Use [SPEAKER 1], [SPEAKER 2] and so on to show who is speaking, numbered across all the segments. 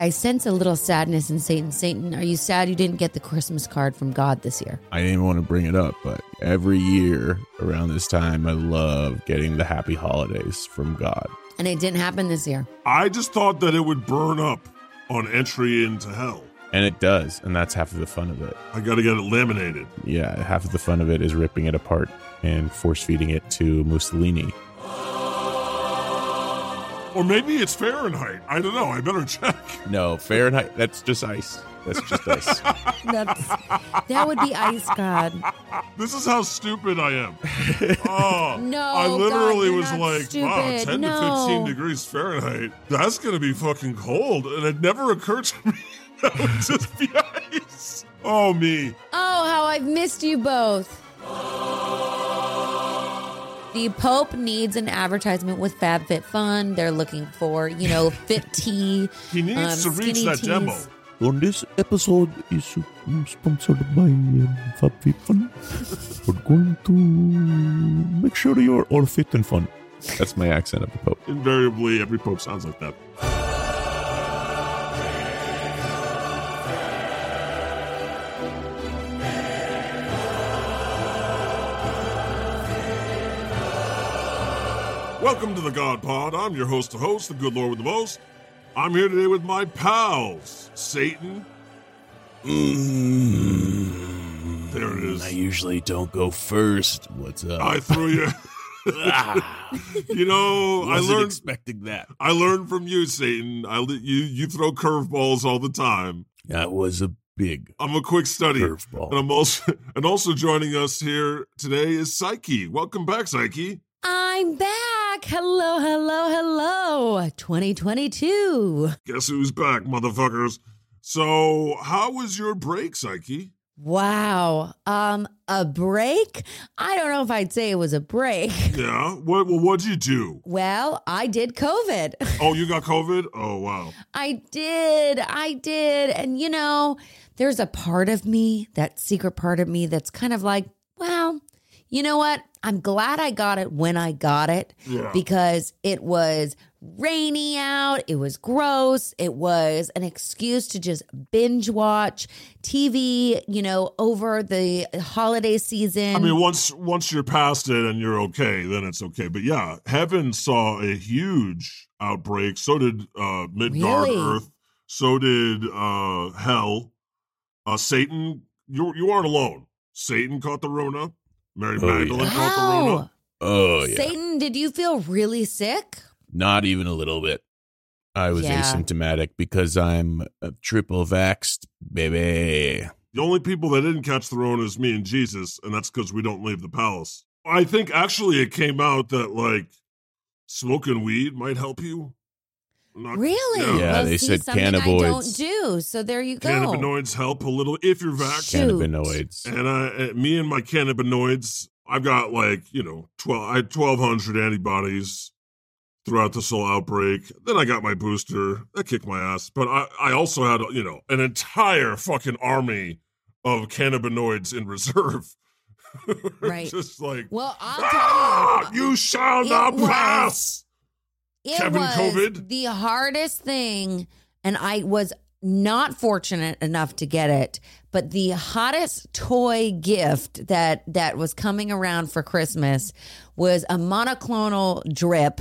[SPEAKER 1] I sense a little sadness in Satan. Satan, are you sad you didn't get the Christmas card from God this year?
[SPEAKER 2] I didn't even want to bring it up, but every year around this time, I love getting the happy holidays from God.
[SPEAKER 1] And it didn't happen this year.
[SPEAKER 3] I just thought that it would burn up on entry into hell.
[SPEAKER 2] And it does, and that's half of the fun of it.
[SPEAKER 3] I gotta get it laminated.
[SPEAKER 2] Yeah, half of the fun of it is ripping it apart and force feeding it to Mussolini.
[SPEAKER 3] Or maybe it's Fahrenheit. I don't know. I better check.
[SPEAKER 2] No, Fahrenheit, that's just ice. That's just ice.
[SPEAKER 1] That's, that would be ice god.
[SPEAKER 3] This is how stupid I am. Oh,
[SPEAKER 1] No,
[SPEAKER 3] I literally
[SPEAKER 1] God, you're
[SPEAKER 3] was
[SPEAKER 1] not
[SPEAKER 3] like, wow,
[SPEAKER 1] stupid.
[SPEAKER 3] 10
[SPEAKER 1] No.
[SPEAKER 3] to 15 degrees Fahrenheit. That's gonna be fucking cold. And it never occurred to me that would just be ice. Oh, me.
[SPEAKER 1] Oh, how I've missed you both. The Pope needs an advertisement with FabFitFun. They're looking for, you know, fit tea.
[SPEAKER 3] He needs
[SPEAKER 1] um,
[SPEAKER 3] to reach
[SPEAKER 1] skinny
[SPEAKER 3] that
[SPEAKER 1] teas.
[SPEAKER 3] demo.
[SPEAKER 4] On this episode is um, sponsored by um, FabFitFun. We're going to make sure you're all fit and fun.
[SPEAKER 2] that's my accent of the Pope.
[SPEAKER 3] Invariably, every pope sounds like that. Welcome to the God Pod. I'm your host, the host, the good Lord with the most. I'm here today with my pals, Satan. There it
[SPEAKER 4] I
[SPEAKER 3] is.
[SPEAKER 4] usually don't go first. What's up?
[SPEAKER 3] I threw you.
[SPEAKER 4] ah,
[SPEAKER 3] You know, I
[SPEAKER 4] wasn't
[SPEAKER 3] learned.
[SPEAKER 4] expecting that.
[SPEAKER 3] I learned from you, Satan. I li- you you throw curveballs all the time.
[SPEAKER 4] That was a big
[SPEAKER 3] I'm a quick study, and
[SPEAKER 4] curveball.
[SPEAKER 3] I'm also and also joining us here today is Psyche. Welcome back, Psyche.
[SPEAKER 1] I'm back. Hello, hello, hello. 2022.
[SPEAKER 3] Guess who's back, motherfuckers? So, how was your break, Psyche?
[SPEAKER 1] Wow. Um, a break? I don't know if I'd say it was a break.
[SPEAKER 3] Yeah. What? Well, what'd you do?
[SPEAKER 1] Well, I did COVID.
[SPEAKER 3] Oh, you got COVID? Oh, wow.
[SPEAKER 1] I did. I did. And you know, there's a part of me, that secret part of me that's kind of like, well, you know what? I'm glad I got it when I got it
[SPEAKER 3] Yeah.
[SPEAKER 1] because it was rainy out, it was gross, it was an excuse to just binge watch TV, you know, over the holiday season.
[SPEAKER 3] I mean, once once you're past it and you're okay, then it's okay. But yeah, heaven saw a huge outbreak. So did uh, Midgard
[SPEAKER 1] Really?
[SPEAKER 3] Earth. So did uh, Hell. Uh, Satan, you you aren't alone. Satan caught the Rona. Mary
[SPEAKER 4] Oh, yeah.
[SPEAKER 3] Magdalene caught the Rona.
[SPEAKER 1] Wow.
[SPEAKER 4] Oh, yeah.
[SPEAKER 1] Satan, did you feel really sick?
[SPEAKER 4] Not even a little bit.
[SPEAKER 2] I was
[SPEAKER 1] Yeah.
[SPEAKER 2] asymptomatic
[SPEAKER 4] Because I'm uh, triple vaxxed, baby.
[SPEAKER 3] The only people that didn't catch the Rona is me and Jesus, and that's because we don't leave the palace. I think actually it came out that like smoking weed might help you. Not-
[SPEAKER 1] Really?
[SPEAKER 2] Yeah,
[SPEAKER 1] Well,
[SPEAKER 2] they
[SPEAKER 1] see,
[SPEAKER 2] said
[SPEAKER 1] something I don't
[SPEAKER 2] cannabinoids.
[SPEAKER 1] do. So there you go.
[SPEAKER 3] Cannabinoids help a little if you're vaccinated.
[SPEAKER 1] Shoot.
[SPEAKER 2] cannabinoids.
[SPEAKER 3] And I, uh, me and my cannabinoids, I've got like you know twelve, I twelve hundred antibodies. throughout this whole outbreak. Then I got my booster. That kicked my ass. But I, I also had, you know, an entire fucking army of cannabinoids in reserve.
[SPEAKER 1] Right.
[SPEAKER 3] Just like,
[SPEAKER 1] Well, I'll
[SPEAKER 3] ah,
[SPEAKER 1] tell you.
[SPEAKER 3] you shall
[SPEAKER 1] It
[SPEAKER 3] not
[SPEAKER 1] was-
[SPEAKER 3] pass.
[SPEAKER 1] It
[SPEAKER 3] Kevin
[SPEAKER 1] was
[SPEAKER 3] COVID?
[SPEAKER 1] the hardest thing, and I was not fortunate enough to get it. But the hottest toy gift that that was coming around for Christmas was a monoclonal drip.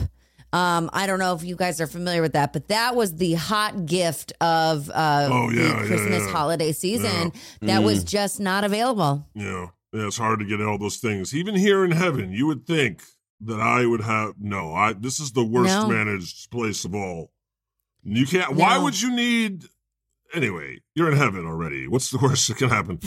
[SPEAKER 1] Um, I don't know if you guys are familiar with that, but that was the hot gift of uh,
[SPEAKER 3] Oh, yeah, yeah,
[SPEAKER 1] the Christmas
[SPEAKER 3] yeah. Mm.
[SPEAKER 1] holiday season that was just not available.
[SPEAKER 3] Yeah. Yeah, it's hard to get all those things. Even here in heaven, you would think that I would have no, I this is the worst
[SPEAKER 1] No.
[SPEAKER 3] managed place of all. You can't why
[SPEAKER 1] No.
[SPEAKER 3] would you need anyway, you're in heaven already. What's the worst that can happen?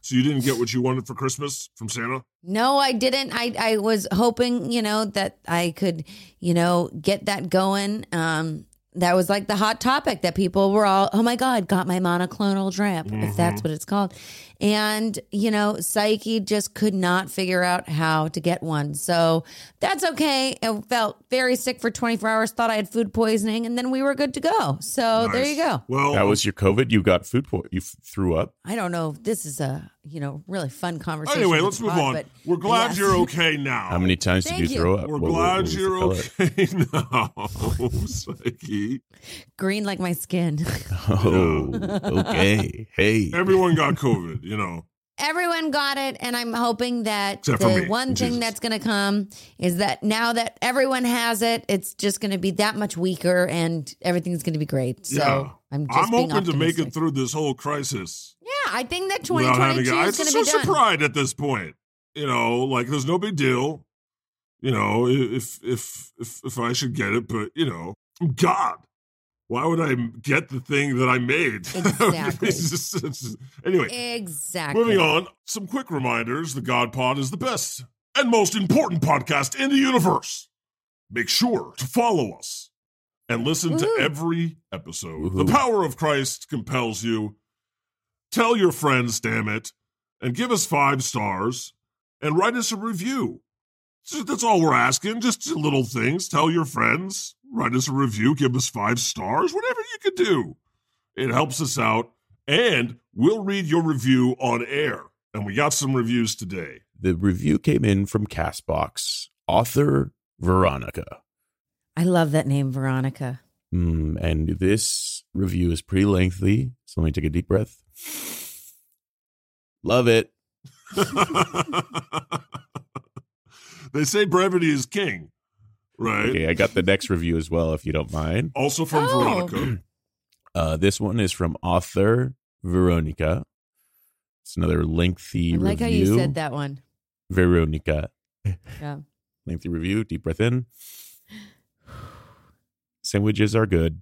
[SPEAKER 3] so you didn't get what you wanted for Christmas from Santa?
[SPEAKER 1] No, I didn't. I I was hoping, you know, that I could, you know, get that going. Um, that was like the hot topic that people were all, oh my god, got my monoclonal drip,
[SPEAKER 3] Mm-hmm.
[SPEAKER 1] if that's what it's called. And you know, Psyche just could not figure out how to get one, so that's okay. I felt very sick for 24 hours. Thought I had food poisoning, and then we were good to go. So there
[SPEAKER 3] Nice.
[SPEAKER 1] you go.
[SPEAKER 3] Well
[SPEAKER 2] That was your COVID. You got food poison. You f- threw up.
[SPEAKER 1] I don't know if this is a you know really fun conversation.
[SPEAKER 3] anyway,
[SPEAKER 1] with
[SPEAKER 3] let's
[SPEAKER 1] the
[SPEAKER 3] move
[SPEAKER 1] pod,
[SPEAKER 3] on.
[SPEAKER 1] but-
[SPEAKER 3] We're glad
[SPEAKER 1] Yes.
[SPEAKER 3] you're okay now.
[SPEAKER 2] How many times did
[SPEAKER 1] Thank
[SPEAKER 2] you,
[SPEAKER 1] you.
[SPEAKER 2] throw up?
[SPEAKER 3] We're
[SPEAKER 2] What- what- what
[SPEAKER 3] glad
[SPEAKER 2] was the
[SPEAKER 3] you're
[SPEAKER 2] color?
[SPEAKER 3] okay now, Oh, Psyche.
[SPEAKER 1] green like my skin.
[SPEAKER 2] Oh, okay. Hey.
[SPEAKER 3] Everyone got COVID, you know.
[SPEAKER 1] Everyone got it, and I'm hoping that
[SPEAKER 3] Except for
[SPEAKER 1] the
[SPEAKER 3] me.
[SPEAKER 1] one
[SPEAKER 3] Jesus.
[SPEAKER 1] thing that's going to come is that now that everyone has it, it's just going to be that much weaker, and everything's going to be great. So
[SPEAKER 3] Yeah.
[SPEAKER 1] I'm just
[SPEAKER 3] I'm
[SPEAKER 1] being
[SPEAKER 3] hoping to make
[SPEAKER 1] optimistic.
[SPEAKER 3] it through this whole crisis.
[SPEAKER 1] Yeah, I think that
[SPEAKER 3] without having
[SPEAKER 1] 2022
[SPEAKER 3] I-
[SPEAKER 1] is going to
[SPEAKER 3] so
[SPEAKER 1] be done.
[SPEAKER 3] surprised at this point. You know, like there's no big deal. You know, if if if if I should get it, but you know, God, why would I get the thing that I made?
[SPEAKER 1] Exactly.
[SPEAKER 3] It's just- it's just- anyway,
[SPEAKER 1] Exactly.
[SPEAKER 3] moving on. Some quick reminders: the God Pod is the best and most important podcast in the universe. Make sure to follow us and listen
[SPEAKER 1] Woohoo.
[SPEAKER 3] to every episode.
[SPEAKER 2] Woohoo.
[SPEAKER 3] The power of Christ compels you. Tell your friends, damn it, and give us five stars and write us a review. So That's all we're asking. Just little things. Tell your friends, write us a review, give us five stars, whatever you could do. It helps us out, and we'll read your review on air. And we got some reviews today.
[SPEAKER 2] The review came in from Castbox, author Veronica.
[SPEAKER 1] I love that name, Veronica.
[SPEAKER 2] Mm, and this review is pretty lengthy. So let me take a deep breath. Love it.
[SPEAKER 3] they say brevity is king, right?
[SPEAKER 2] Okay, I got the next review as well, if you don't mind.
[SPEAKER 3] Also from
[SPEAKER 1] Oh.
[SPEAKER 2] Hmm.
[SPEAKER 3] Veronica.
[SPEAKER 2] Uh, this one is from author Veronica. It's another lengthy
[SPEAKER 1] I like how
[SPEAKER 2] review.
[SPEAKER 1] you said that one.
[SPEAKER 2] Veronica.
[SPEAKER 1] Yeah.
[SPEAKER 2] Lengthy review. Deep breath in. Sandwiches are good.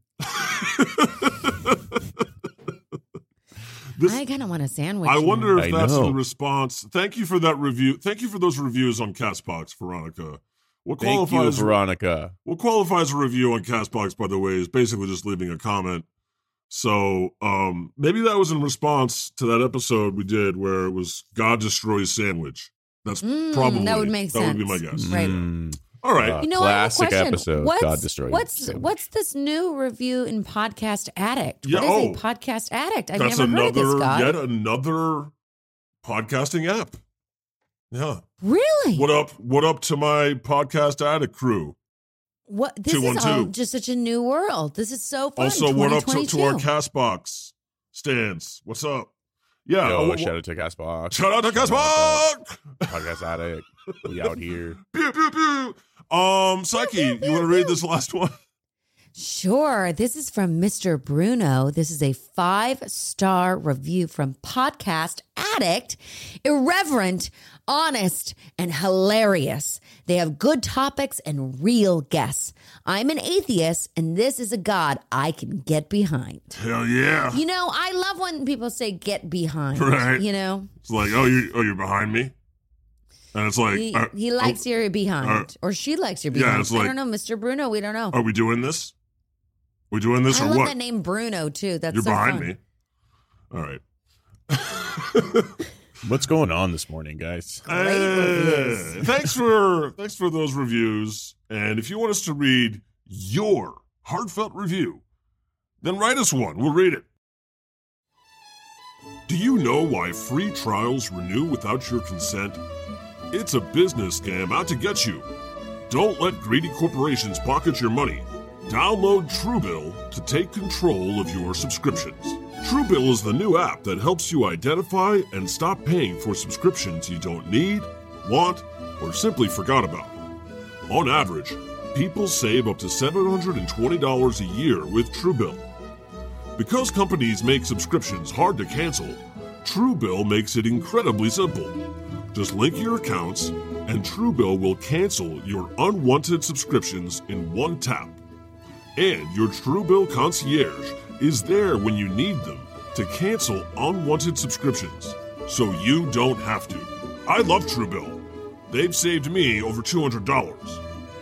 [SPEAKER 3] This-
[SPEAKER 1] I kind of want a sandwich.
[SPEAKER 3] I
[SPEAKER 1] now.
[SPEAKER 3] wonder
[SPEAKER 2] I
[SPEAKER 3] if that's
[SPEAKER 2] know.
[SPEAKER 3] in response. Thank you for that review. Thank you for those reviews on Castbox, Veronica. What
[SPEAKER 2] Thank you,
[SPEAKER 3] qualifies
[SPEAKER 2] Veronica.
[SPEAKER 3] what qualifies a review on Castbox, by the way, is basically just leaving a comment. So um, maybe that was in response to that episode we did where it was God destroys sandwich. That's
[SPEAKER 1] Mm,
[SPEAKER 3] probably
[SPEAKER 1] that would make
[SPEAKER 3] that would be my
[SPEAKER 1] sense.
[SPEAKER 3] guess.
[SPEAKER 1] Right.
[SPEAKER 2] Mm.
[SPEAKER 3] All right.
[SPEAKER 2] Uh,
[SPEAKER 1] You know,
[SPEAKER 2] Classic
[SPEAKER 1] I have a question.
[SPEAKER 2] episode,
[SPEAKER 1] What's,
[SPEAKER 2] God Destroyed
[SPEAKER 1] What's
[SPEAKER 2] Sandwich.
[SPEAKER 1] what's this new review in Podcast Addict?
[SPEAKER 3] Yeah,
[SPEAKER 1] what is
[SPEAKER 3] oh.
[SPEAKER 1] a Podcast Addict? I've
[SPEAKER 3] that's
[SPEAKER 1] never heard of
[SPEAKER 3] another
[SPEAKER 1] this guy.
[SPEAKER 3] yet another podcasting app. Yeah.
[SPEAKER 1] really?
[SPEAKER 3] What up? What up to my podcast addict crew?
[SPEAKER 1] What this is
[SPEAKER 3] 212.
[SPEAKER 1] all just such a new world. This is so fun.
[SPEAKER 3] also, what up to,
[SPEAKER 1] 2022.
[SPEAKER 3] to our Castbox stands? What's up? Yeah.
[SPEAKER 2] Yo,
[SPEAKER 3] uh, wh-
[SPEAKER 2] shout out to Castbox.
[SPEAKER 3] shout out to Castbox.
[SPEAKER 2] Podcast Addict. We out here.
[SPEAKER 3] Pew, pew, pew. Um, Psyche,
[SPEAKER 1] Pew, pew,
[SPEAKER 3] you want to
[SPEAKER 1] pew,
[SPEAKER 3] read
[SPEAKER 1] pew.
[SPEAKER 3] this last one?
[SPEAKER 1] Sure. This is from Mr. Bruno. This is a five star review from Podcast Addict. Irreverent, honest, and hilarious. They have good topics and real guests. I'm an atheist, and this is a God I can get behind.
[SPEAKER 3] Hell yeah!
[SPEAKER 1] You know, I love when people say get behind.
[SPEAKER 3] Right.
[SPEAKER 1] You know,
[SPEAKER 3] It's like, oh, you, oh, you're behind me, and it's like, uh, oh,
[SPEAKER 1] he,
[SPEAKER 3] are,
[SPEAKER 1] he
[SPEAKER 3] are-
[SPEAKER 1] likes your behind, or she likes your
[SPEAKER 3] Yeah,
[SPEAKER 1] behind.
[SPEAKER 3] it's
[SPEAKER 1] I
[SPEAKER 3] like-
[SPEAKER 1] don't know, Mr. Bruno. We don't know.
[SPEAKER 3] are, we doing this? we doing this
[SPEAKER 1] I
[SPEAKER 3] or
[SPEAKER 1] love
[SPEAKER 3] what?
[SPEAKER 1] that name Bruno too. That's
[SPEAKER 3] you're
[SPEAKER 1] so
[SPEAKER 3] behind
[SPEAKER 1] fun.
[SPEAKER 3] me. All right.
[SPEAKER 2] What's going on this morning, guys?
[SPEAKER 3] Uh, thanks for thanks for those reviews. And if you want us to read your heartfelt review, then write us one. We'll read it. Do you know why free trials renew without your consent? It's a business scam out to get you. Don't let greedy corporations pocket your money. Download Truebill to take control of your subscriptions. Truebill is the new app that helps you identify and stop paying for subscriptions you don't need, want, or simply forgot about. On average, people save up to $720 a year with Truebill. Because companies make subscriptions hard to cancel, Truebill makes it incredibly simple. Just link your accounts, and Truebill will cancel your unwanted subscriptions in one tap. And your Truebill concierge is there when you need them to cancel unwanted subscriptions, so you don't have to. I love Truebill. They've saved me over $200.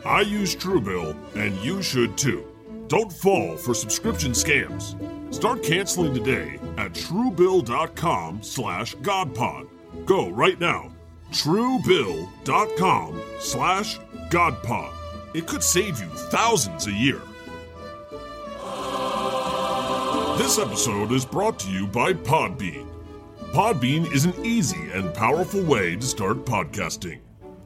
[SPEAKER 3] I use Truebill, and you should too. Don't fall for subscription scams. Start canceling today at truebill.com slash godpod. Go right now. truebill.com slash godpod. It could save you thousands a year. This episode is brought to you by Podbean. Podbean is an easy and powerful way to start podcasting.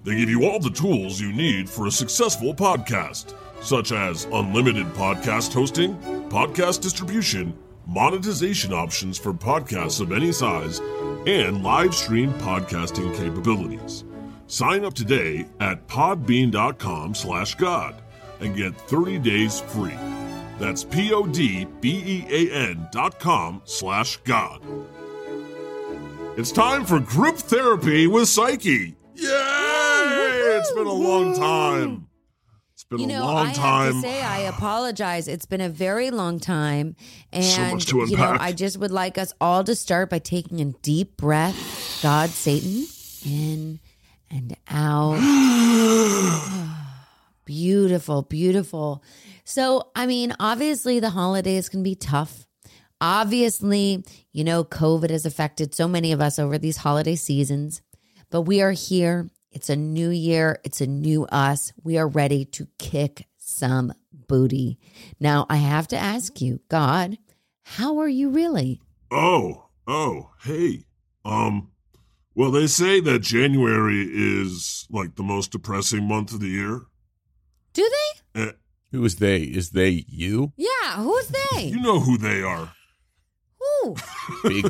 [SPEAKER 3] They give you all the tools you need for a successful podcast, such as unlimited podcast hosting, podcast distribution, monetization options for podcasts of any size, and live stream podcasting capabilities. Sign up today at podbean.com slash God and get 30 days free. That's P-O-D-B-E-A-N E dot com slash God. It's time for group therapy with Psyche. Yay! It's been a long time. It's been
[SPEAKER 1] you
[SPEAKER 3] a
[SPEAKER 1] know,
[SPEAKER 3] long
[SPEAKER 1] I
[SPEAKER 3] time.
[SPEAKER 1] have to say I apologize. It's been a very long time, and
[SPEAKER 3] much to
[SPEAKER 1] you know,
[SPEAKER 3] unpack.
[SPEAKER 1] I just would like us all to start by taking a deep breath. God, Satan, in and out. beautiful, beautiful. So, I mean, obviously, the holidays can be tough. Obviously, you know, COVID has affected so many of us over these holiday seasons, but we are here. It's a new year, it's a new us. We are ready to kick some booty. Now, I have to ask you, God, how are you really?
[SPEAKER 3] Oh, oh, hey. Um, well, they say that January is like the most depressing month of the year.
[SPEAKER 1] Do they?
[SPEAKER 3] Eh,
[SPEAKER 2] Who is they? Is they you?
[SPEAKER 1] Yeah, who's they?
[SPEAKER 3] you know who they are.
[SPEAKER 1] Who?
[SPEAKER 2] Big,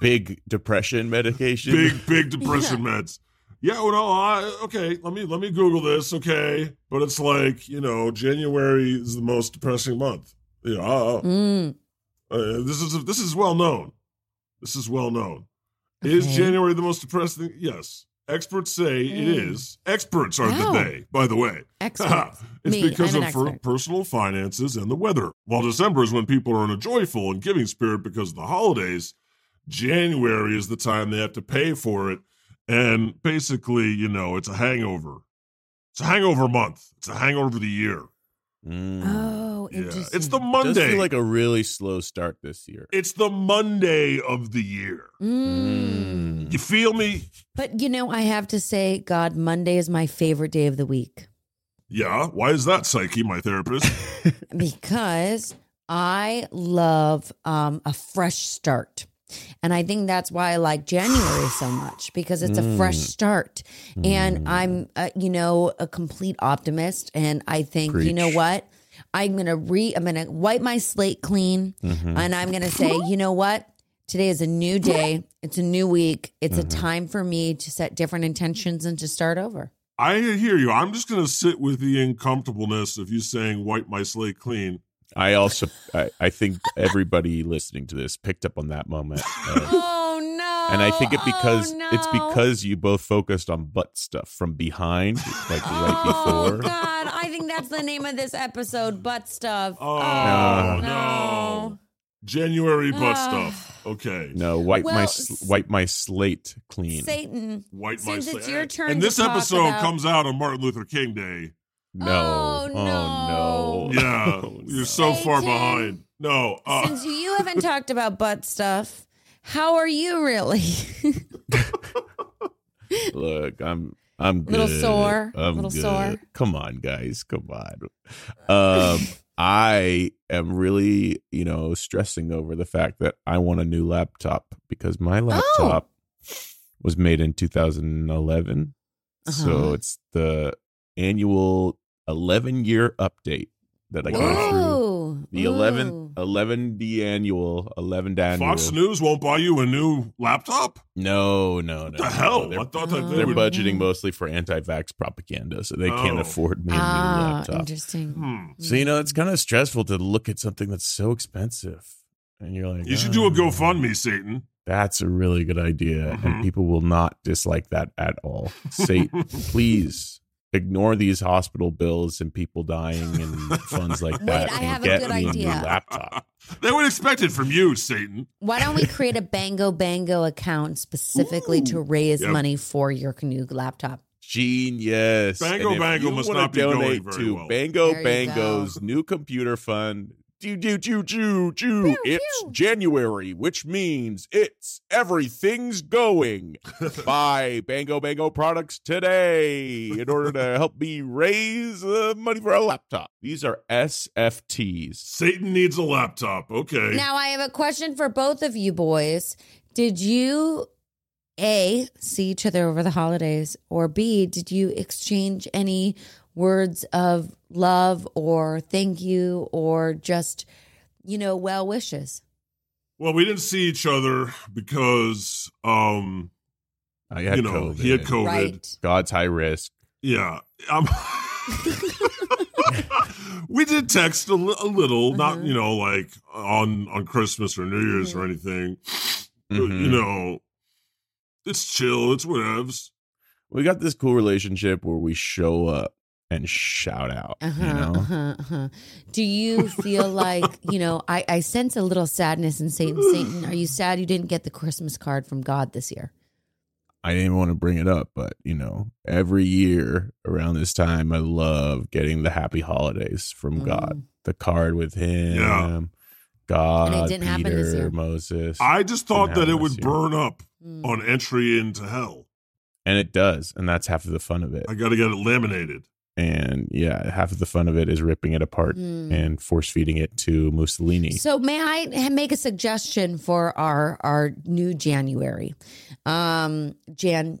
[SPEAKER 2] big depression medication.
[SPEAKER 3] Big, big depression meds. Yeah, well, no, I, okay, let me, let me Google this, okay? But it's like, you know, January is the most depressing month. Yeah, uh,
[SPEAKER 1] Mm,
[SPEAKER 3] uh, this is, this is well known. This is well known. Is
[SPEAKER 1] Okay.
[SPEAKER 3] January the most depressing? Yes. Experts say it
[SPEAKER 1] Mm.
[SPEAKER 3] is. Experts are
[SPEAKER 1] Wow.
[SPEAKER 3] the they, by the way.
[SPEAKER 1] excellent.
[SPEAKER 3] it's
[SPEAKER 1] Me,
[SPEAKER 3] because
[SPEAKER 1] I'm
[SPEAKER 3] of
[SPEAKER 1] an
[SPEAKER 3] per-
[SPEAKER 1] expert.
[SPEAKER 3] personal finances and the weather. While December is when people are in a joyful and giving spirit because of the holidays, January is the time they have to pay for it. And basically, you know, it's a hangover. It's a hangover month. It's a hangover of the year.
[SPEAKER 2] Mm.
[SPEAKER 1] Oh,
[SPEAKER 3] Yeah.
[SPEAKER 1] interesting.
[SPEAKER 3] It's the
[SPEAKER 2] Does
[SPEAKER 3] Monday.
[SPEAKER 2] feel like a really slow start this year.
[SPEAKER 3] it's the Monday of the year.
[SPEAKER 1] Mm.
[SPEAKER 2] Mm.
[SPEAKER 3] You feel me?
[SPEAKER 1] But you know, I have to say, God, Monday is my favorite day of the week
[SPEAKER 3] Yeah. Why is that, Psyche, my therapist?
[SPEAKER 1] because I love um, a fresh start. And I think that's why I like January so much because it's a
[SPEAKER 2] Mm.
[SPEAKER 1] fresh start. And I'm, uh, you know, a complete optimist. And I think, you know
[SPEAKER 2] Preach.
[SPEAKER 1] what? I'm going to re, I'm going to wipe my slate clean
[SPEAKER 2] Mm. Mm-hmm.
[SPEAKER 1] and I'm going to say, you know what? Today is a new day. It's a new week. It's a
[SPEAKER 2] Mm-hmm.
[SPEAKER 1] time for me to set different intentions and to start over.
[SPEAKER 3] I hear you. I'm just going to sit with the uncomfortableness of you saying, wipe my slate clean.
[SPEAKER 2] I also, I, I think everybody listening to this picked up on that moment. Uh,
[SPEAKER 1] Oh no!
[SPEAKER 2] and I think it because
[SPEAKER 1] Oh, no.
[SPEAKER 2] it's because you both focused on butt stuff from behind, like right
[SPEAKER 1] Oh
[SPEAKER 2] before.
[SPEAKER 1] God! I think that's the name of this episode. Butt stuff.
[SPEAKER 3] Oh,
[SPEAKER 2] No.
[SPEAKER 3] no. January butt
[SPEAKER 1] Ah.
[SPEAKER 3] stuff. Okay.
[SPEAKER 2] No, wipe my
[SPEAKER 1] Well,
[SPEAKER 2] sl- wipe my slate clean.
[SPEAKER 1] Satan.
[SPEAKER 3] White
[SPEAKER 1] Since
[SPEAKER 3] mice-
[SPEAKER 1] it's your turn
[SPEAKER 3] eh, And
[SPEAKER 1] to
[SPEAKER 3] this
[SPEAKER 1] talk
[SPEAKER 3] episode
[SPEAKER 1] about-
[SPEAKER 3] comes out on Martin Luther King Day.
[SPEAKER 2] No,
[SPEAKER 1] Oh, no.
[SPEAKER 2] no.
[SPEAKER 3] Yeah.
[SPEAKER 2] Oh,
[SPEAKER 3] You're so far
[SPEAKER 1] Satan.
[SPEAKER 3] behind. No. Uh,
[SPEAKER 1] Since you haven't talked about butt stuff, how are you really?
[SPEAKER 2] Look, I'm I'm good.
[SPEAKER 1] Little sore,
[SPEAKER 2] I'm
[SPEAKER 1] little sore.
[SPEAKER 2] Come on, guys. Come on. Um, I am really, you know, stressing over the fact that I want a new laptop because my laptop
[SPEAKER 1] Oh.
[SPEAKER 2] was made in 2011.
[SPEAKER 1] Uh-huh.
[SPEAKER 2] So it's the annual 11 year update that I go through.
[SPEAKER 1] Whoa.
[SPEAKER 2] The 11, 11 the annual, 11 annual.
[SPEAKER 3] Fox News won't buy you a new laptop?
[SPEAKER 2] No, no, no.
[SPEAKER 3] What the
[SPEAKER 2] no.
[SPEAKER 3] hell?
[SPEAKER 2] They're-
[SPEAKER 3] I thought that
[SPEAKER 1] Oh.
[SPEAKER 3] they
[SPEAKER 2] they're
[SPEAKER 3] would-
[SPEAKER 2] budgeting mostly for anti-vax propaganda, so they can't
[SPEAKER 3] Oh.
[SPEAKER 2] afford me a new
[SPEAKER 1] Ah,
[SPEAKER 2] laptop.
[SPEAKER 1] interesting.
[SPEAKER 3] Hmm.
[SPEAKER 2] So you know, it's kind of stressful to look at something that's so expensive, and you're like,
[SPEAKER 3] You should do a
[SPEAKER 2] "Oh,
[SPEAKER 3] GoFundMe, Satan.
[SPEAKER 2] That's a really good idea,
[SPEAKER 3] Mhm.
[SPEAKER 2] and people will not dislike that at all. Say, please ignore these hospital bills and people dying and funds like
[SPEAKER 1] Wait,
[SPEAKER 2] that.
[SPEAKER 1] I
[SPEAKER 2] and
[SPEAKER 1] have a
[SPEAKER 2] get
[SPEAKER 1] good
[SPEAKER 2] me new
[SPEAKER 1] idea.
[SPEAKER 2] laptop.
[SPEAKER 3] they would expect it from you, Satan.
[SPEAKER 1] Why don't we create a Bango Bango account specifically to raise
[SPEAKER 3] Yep.
[SPEAKER 1] money for your new laptop?
[SPEAKER 2] Genius.
[SPEAKER 3] Bango
[SPEAKER 2] And if
[SPEAKER 3] Bango
[SPEAKER 2] you
[SPEAKER 3] must
[SPEAKER 2] wanna
[SPEAKER 3] not be going
[SPEAKER 2] donate
[SPEAKER 3] very
[SPEAKER 2] to
[SPEAKER 3] well.
[SPEAKER 2] Bango
[SPEAKER 1] There you
[SPEAKER 2] Bango's new computer fund. Do do do do do.
[SPEAKER 1] Pew,
[SPEAKER 2] It's
[SPEAKER 1] pew.
[SPEAKER 2] January, which means it's everything's going. Buy Bango Bango products today in order to help me raise uh, money for a laptop. These are SFTs.
[SPEAKER 3] Satan needs a laptop. Okay.
[SPEAKER 1] Now, I have a question for both of you boys. Did you A, see each other over the holidays, or B, did you exchange any words of love or thank you or just, you know, well wishes?
[SPEAKER 3] Well, we didn't see each other because, um,
[SPEAKER 2] I had
[SPEAKER 3] you know,
[SPEAKER 2] COVID.
[SPEAKER 3] he had COVID.
[SPEAKER 1] Right.
[SPEAKER 2] God's high risk.
[SPEAKER 3] Yeah. Um, we did text a li- a little, not,
[SPEAKER 1] Uh-huh.
[SPEAKER 3] you know, like on, on Christmas or New Year's or
[SPEAKER 1] Mhm.
[SPEAKER 3] anything.
[SPEAKER 2] Mhm.
[SPEAKER 3] You know, it's chill. It's whatevs.
[SPEAKER 2] we got this cool relationship where we show up and shout out.
[SPEAKER 1] Uh-huh,
[SPEAKER 2] You know,
[SPEAKER 1] uh-huh, uh-huh. Do you feel like, you know, I, I sense a little sadness in Satan. Satan, are you sad you didn't get the Christmas card from God this year?
[SPEAKER 2] I didn't even want to bring it up, but you know, every year around this time, I love getting the happy holidays from
[SPEAKER 1] Mm.
[SPEAKER 2] God, the card with Him,
[SPEAKER 3] Yeah.
[SPEAKER 2] God,
[SPEAKER 1] And it didn't happen
[SPEAKER 2] Peter,
[SPEAKER 1] this year.
[SPEAKER 2] Moses,
[SPEAKER 3] I just thought that it would
[SPEAKER 2] Yeah.
[SPEAKER 3] burn up
[SPEAKER 1] Mm.
[SPEAKER 3] on entry into hell.
[SPEAKER 2] and it does, and that's half of the fun of it.
[SPEAKER 3] I got to get it laminated.
[SPEAKER 2] And yeah, half of the fun of it is ripping it apart
[SPEAKER 1] Mm.
[SPEAKER 2] and force feeding it to Mussolini.
[SPEAKER 1] So may I make a suggestion for our our new January, um, Jan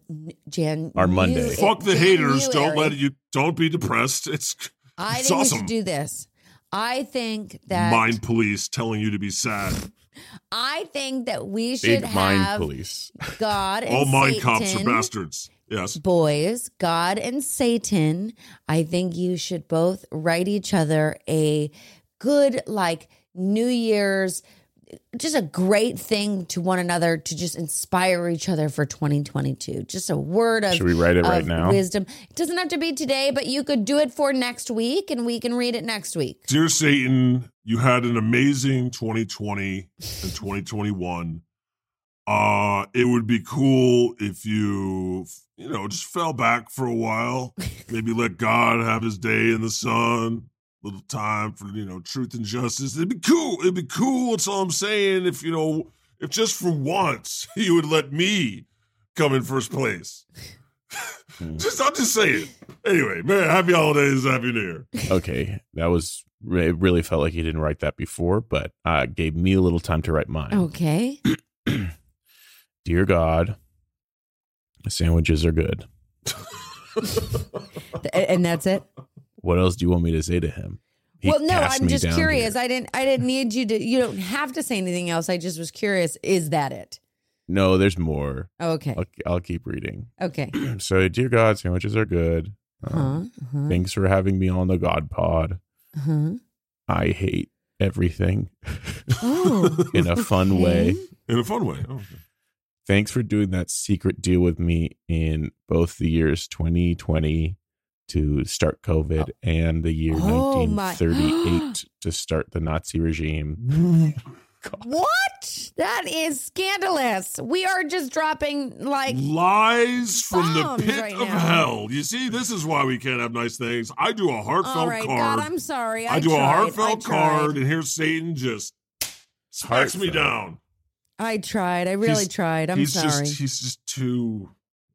[SPEAKER 1] Jan
[SPEAKER 2] Our Monday.
[SPEAKER 3] Fuck the haters. Don't let you, don't be depressed. It's
[SPEAKER 1] I
[SPEAKER 3] it's
[SPEAKER 1] think we
[SPEAKER 3] awesome.
[SPEAKER 1] should do this. I think that
[SPEAKER 3] mind police telling you to be sad.
[SPEAKER 1] I think that we should
[SPEAKER 2] Big mind
[SPEAKER 1] have
[SPEAKER 2] police.
[SPEAKER 1] God and
[SPEAKER 3] All mind
[SPEAKER 1] Satan,
[SPEAKER 3] cops are bastards. Yes.
[SPEAKER 1] Boys, God and Satan, I think you should both write each other a good, like, New Year's, just a great thing to one another to just inspire each other for 2022. Just a word of,
[SPEAKER 2] Should we write it right
[SPEAKER 1] of
[SPEAKER 2] now?
[SPEAKER 1] wisdom. It doesn't have to be today, but you could do it for next week and we can read it next week.
[SPEAKER 3] Dear Satan, you had an amazing 2020 and 2021. Uh, it would be cool if you, you know, just fell back for a while. Maybe let God have his day in the sun. Little time for, you know, truth and justice. It'd be cool. It'd be cool. That's all I'm saying. If, you know, if just for once you would let me come in first place. just, I'm just saying. Anyway, man, happy holidays. Happy New Year.
[SPEAKER 2] okay, that was it. Really felt like he didn't write that before, but uh, gave me a little time to write mine.
[SPEAKER 1] Oh. Okay.
[SPEAKER 2] Dear God, sandwiches are good.
[SPEAKER 1] Th- and that's it.
[SPEAKER 2] What else do you want me to say to him? He
[SPEAKER 1] well, no,
[SPEAKER 2] cast
[SPEAKER 1] I'm
[SPEAKER 2] me
[SPEAKER 1] just
[SPEAKER 2] down
[SPEAKER 1] curious.
[SPEAKER 2] here.
[SPEAKER 1] I didn't I didn't need you to you don't have to say anything else. I just was curious. Is that it?
[SPEAKER 2] No, there's more.
[SPEAKER 1] Okay.
[SPEAKER 2] I'll, I'll keep reading.
[SPEAKER 1] Okay.
[SPEAKER 2] so, dear God, sandwiches are good.
[SPEAKER 1] Huh.
[SPEAKER 2] Um,
[SPEAKER 1] huh,
[SPEAKER 2] Thanks for having me on the God Pod.
[SPEAKER 1] huh.
[SPEAKER 2] I hate everything
[SPEAKER 1] Oh.
[SPEAKER 2] in a fun way.
[SPEAKER 1] okay.
[SPEAKER 3] In a fun way. Oh, okay.
[SPEAKER 2] Thanks for doing that secret deal with me in both the years 2020 to start COVID and the year
[SPEAKER 1] Oh, my-
[SPEAKER 2] 1938 to start the Nazi regime.
[SPEAKER 1] What? That is scandalous. We are just dropping like
[SPEAKER 3] Lies from the
[SPEAKER 1] Bombs
[SPEAKER 3] pit
[SPEAKER 1] right
[SPEAKER 3] of
[SPEAKER 1] now.
[SPEAKER 3] hell. You see, this is why we can't have nice things. I do a heartfelt
[SPEAKER 1] all right,
[SPEAKER 3] card.
[SPEAKER 1] God, I'm sorry. I,
[SPEAKER 3] I do
[SPEAKER 1] tried.
[SPEAKER 3] a heartfelt
[SPEAKER 1] I tried.
[SPEAKER 3] card, and here Satan just smacks me
[SPEAKER 2] Heartfelt.
[SPEAKER 3] down.
[SPEAKER 1] I tried. I really
[SPEAKER 3] He's-
[SPEAKER 1] tried. I'm
[SPEAKER 3] he's
[SPEAKER 1] sorry.
[SPEAKER 3] just he's just too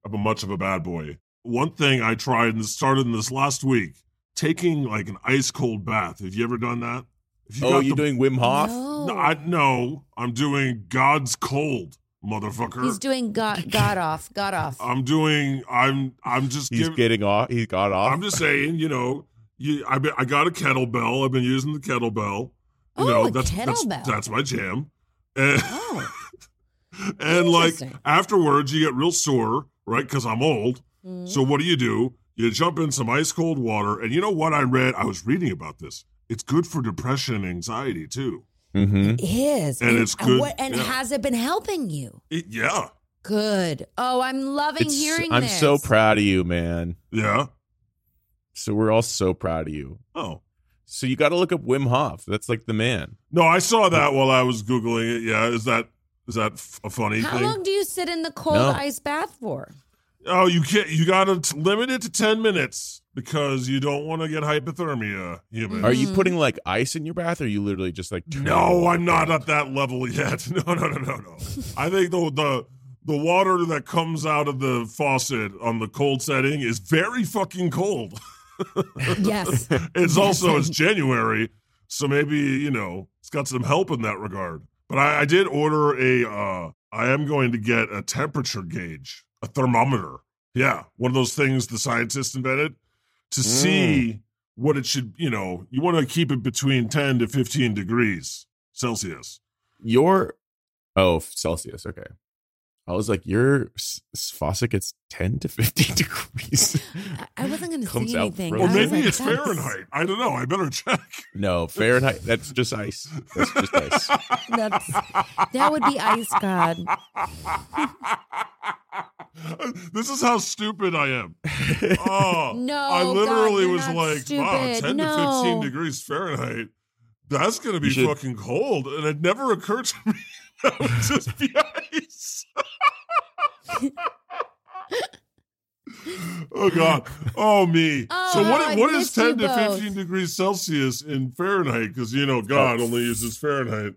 [SPEAKER 3] I'm a much of a bad boy. One thing I tried and started in this last week, taking like an ice cold bath. Have you ever done that? If
[SPEAKER 2] oh,
[SPEAKER 3] got
[SPEAKER 2] you
[SPEAKER 3] the-
[SPEAKER 2] doing Wim Hof?
[SPEAKER 1] No.
[SPEAKER 3] No, I, no, I'm doing God's cold, motherfucker.
[SPEAKER 1] He's doing got got off, got off.
[SPEAKER 3] I'm doing. I'm. I'm just.
[SPEAKER 2] He's
[SPEAKER 3] giving-
[SPEAKER 2] getting off. He got off.
[SPEAKER 3] I'm just saying. You know. You. I. Be, I got a kettlebell. I've been using the kettlebell. You
[SPEAKER 1] Oh,
[SPEAKER 3] know,
[SPEAKER 1] a
[SPEAKER 3] that's, that's-
[SPEAKER 1] kettlebell.
[SPEAKER 3] That's, my jam. And,
[SPEAKER 1] Oh.
[SPEAKER 3] and like
[SPEAKER 1] Interesting.
[SPEAKER 3] afterwards, you get real sore, right? Because I'm old.
[SPEAKER 1] Mm.
[SPEAKER 3] So what do you do? You jump in some ice cold water, and you know what I read? I was reading about this. It's good for depression and anxiety too.
[SPEAKER 2] Mm-hmm.
[SPEAKER 1] is
[SPEAKER 3] And it's good,
[SPEAKER 1] and
[SPEAKER 3] yeah.
[SPEAKER 1] has it been helping you?
[SPEAKER 3] It- yeah,
[SPEAKER 1] Good. Oh, I'm loving hearing
[SPEAKER 2] I'm
[SPEAKER 1] this.
[SPEAKER 2] so proud of you, man.
[SPEAKER 3] yeah.
[SPEAKER 2] So we're all so proud of you.
[SPEAKER 3] Oh
[SPEAKER 2] So you got to look up Wim Hof. That's like the man.
[SPEAKER 3] no, I saw that while I was googling it. Yeah, is that is that f- a funny
[SPEAKER 1] How
[SPEAKER 3] thing?
[SPEAKER 1] long do you sit in the cold
[SPEAKER 2] No.
[SPEAKER 1] ice bath for?
[SPEAKER 3] Oh, you can't. You gotta t- limit it to ten minutes because you don't want to get hypothermia, human.
[SPEAKER 2] Are you
[SPEAKER 1] Mhm.
[SPEAKER 2] putting like ice in your bath, or are you literally just like? turning
[SPEAKER 3] no,
[SPEAKER 2] it
[SPEAKER 3] I'm not
[SPEAKER 2] on?
[SPEAKER 3] at that level yet. No, no, no, no, no. I think the the the water that comes out of the faucet on the cold setting is very fucking cold.
[SPEAKER 1] Yes.
[SPEAKER 3] It's also it's January, so maybe you know it's got some help in that regard. But I, I did order a. uh I am going to get a temperature gauge, a thermometer. Yeah, one of those things the scientists invented to see what it should. You know, you want to keep it between ten to fifteen degrees Celsius.
[SPEAKER 2] Your oh Celsius. Okay. I was like, your s- s- faucet gets 10 to 15 degrees.
[SPEAKER 1] I- I wasn't gonna say
[SPEAKER 2] Comes out
[SPEAKER 1] anything.
[SPEAKER 2] frozen.
[SPEAKER 3] Or
[SPEAKER 1] I was
[SPEAKER 3] maybe
[SPEAKER 1] like,
[SPEAKER 3] it's
[SPEAKER 1] that's-
[SPEAKER 3] Fahrenheit. I don't know. I better check.
[SPEAKER 2] No, Fahrenheit. That's just ice. That's just ice.
[SPEAKER 1] That's, that would be ice god.
[SPEAKER 3] this is how stupid I am. Oh,
[SPEAKER 1] No,
[SPEAKER 3] I
[SPEAKER 1] God,
[SPEAKER 3] literally
[SPEAKER 1] you're
[SPEAKER 3] was
[SPEAKER 1] not
[SPEAKER 3] like, wow,
[SPEAKER 1] stupid.
[SPEAKER 3] 10
[SPEAKER 1] No.
[SPEAKER 3] to 15 degrees Fahrenheit. That's going to be
[SPEAKER 2] You should-
[SPEAKER 3] fucking cold. And it never occurred to me that would just be ice. oh, God. Oh, me.
[SPEAKER 1] Oh,
[SPEAKER 3] so,
[SPEAKER 1] I
[SPEAKER 3] what, what is
[SPEAKER 1] missed you
[SPEAKER 3] 10 to
[SPEAKER 1] both.
[SPEAKER 3] 15 degrees Celsius in Fahrenheit? Because, you know, God only uses Fahrenheit.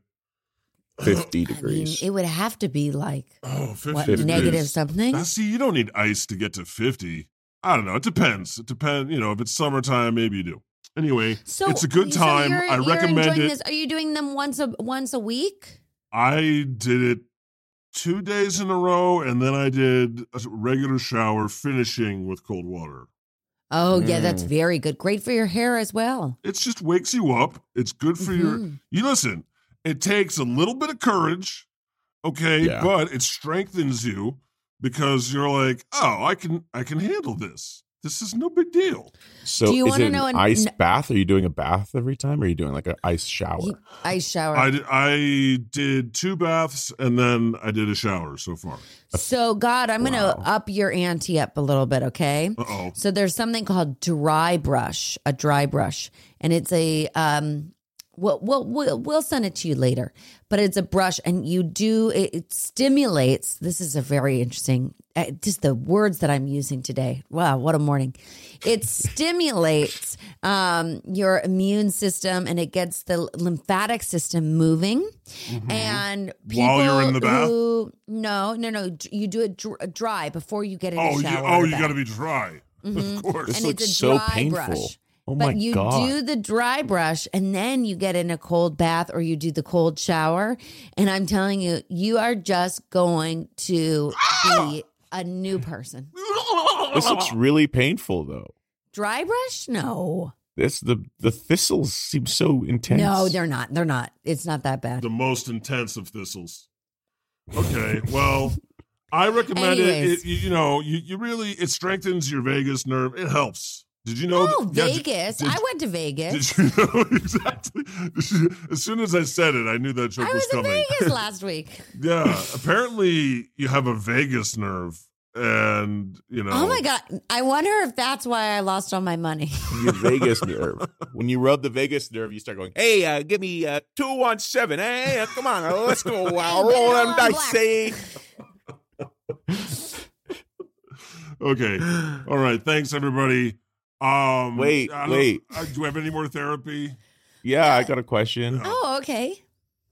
[SPEAKER 2] 50
[SPEAKER 1] I mean,
[SPEAKER 2] degrees.
[SPEAKER 1] it would have to be like
[SPEAKER 3] Oh, 50
[SPEAKER 1] what
[SPEAKER 3] degrees.
[SPEAKER 1] negative something.
[SPEAKER 3] Now, see, you don't need ice to get to 50. I don't know. It depends. It depends. You know, if it's summertime, maybe you do. Anyway,
[SPEAKER 1] So
[SPEAKER 3] it's a good
[SPEAKER 1] so
[SPEAKER 3] time.
[SPEAKER 1] you're-
[SPEAKER 3] I
[SPEAKER 1] you're
[SPEAKER 3] recommend
[SPEAKER 1] enjoying
[SPEAKER 3] it.
[SPEAKER 1] This. Are you doing them once a once a week?
[SPEAKER 3] I did it two days in a row, and then I did a regular shower, finishing with cold water.
[SPEAKER 1] Oh yeah, that's
[SPEAKER 2] Mm.
[SPEAKER 1] very good. Great for your hair as well.
[SPEAKER 3] It just wakes you up. It's good for your.
[SPEAKER 1] Mhm.
[SPEAKER 3] You listen, it takes a little bit of courage, okay,
[SPEAKER 2] Yeah.
[SPEAKER 3] but it strengthens you because you're like, oh, I can, I can handle this. This is no big deal.
[SPEAKER 2] So
[SPEAKER 1] Do you
[SPEAKER 2] is
[SPEAKER 1] wanna
[SPEAKER 2] it an
[SPEAKER 1] know an-
[SPEAKER 2] ice
[SPEAKER 1] n-
[SPEAKER 2] bath? Are you doing a bath every time? Or are you doing like an ice shower?
[SPEAKER 1] He- ice shower.
[SPEAKER 3] I did, I did two baths and then I did a shower so far.
[SPEAKER 1] so God, I'm
[SPEAKER 2] Wow.
[SPEAKER 1] gonna up your ante up a little bit, okay?
[SPEAKER 3] Uh oh.
[SPEAKER 1] So there's something called dry brush, a dry brush, and it's a um. We'll, we'll, we'll, we'll send it to you later, but it's a brush and you do, it, it stimulates. This is a very interesting, uh, just the words that I'm using today. Wow, what a morning. It stimulates um, your immune system and it gets the lymphatic system moving. And people
[SPEAKER 3] Mm-hmm. While you're in the bath?
[SPEAKER 1] who- no, no, no. d- You do it dr- dry before you get in
[SPEAKER 3] Oh,
[SPEAKER 1] the
[SPEAKER 3] you,
[SPEAKER 1] shower. Mm-hmm.
[SPEAKER 3] oh,
[SPEAKER 1] or
[SPEAKER 3] you
[SPEAKER 1] bath.
[SPEAKER 3] got to be dry. Of course.
[SPEAKER 2] This
[SPEAKER 1] and
[SPEAKER 2] looks
[SPEAKER 1] it's a
[SPEAKER 2] so
[SPEAKER 1] dry
[SPEAKER 2] painful.
[SPEAKER 1] brush.
[SPEAKER 2] Oh my
[SPEAKER 1] but you
[SPEAKER 2] God.
[SPEAKER 1] do the dry brush and then you get in a cold bath or you do the cold shower. And I'm telling you, you are just going to be a new person.
[SPEAKER 2] This looks really painful though.
[SPEAKER 1] Dry brush? No.
[SPEAKER 2] This the the thistles seem so intense.
[SPEAKER 1] No, they're not. They're not. It's not that bad.
[SPEAKER 3] the most intense of thistles. Okay, well, I recommend it.
[SPEAKER 1] Anyways.
[SPEAKER 3] it. You you know, you, you really it strengthens your vagus nerve. It helps. Did you know?
[SPEAKER 1] Oh,
[SPEAKER 3] yeah, did-
[SPEAKER 1] Vegas.
[SPEAKER 3] did-
[SPEAKER 1] I went to Vegas.
[SPEAKER 3] Did you know exactly? Did you- As soon as I said it, I knew that joke
[SPEAKER 1] I was in
[SPEAKER 3] coming.
[SPEAKER 1] Vegas last week.
[SPEAKER 3] Yeah, apparently you have a vagus nerve, and you know.
[SPEAKER 1] Oh my God. I wonder if that's why I lost all my money.
[SPEAKER 2] Your vagus nerve. When you rub the vagus nerve, you start going, "Hey, uh, give me uh, two one seven. Hey, uh, come on, uh, let's go. Wow,
[SPEAKER 1] Hey, get it
[SPEAKER 2] roll them
[SPEAKER 1] on
[SPEAKER 2] dice.
[SPEAKER 1] black."
[SPEAKER 2] Hey.
[SPEAKER 3] Okay. All right. Thanks, everybody. Um,
[SPEAKER 2] Wait,
[SPEAKER 3] I don't-
[SPEAKER 2] wait.
[SPEAKER 3] uh, do we have any more therapy?
[SPEAKER 2] Yeah, I got a question.
[SPEAKER 1] Oh, okay.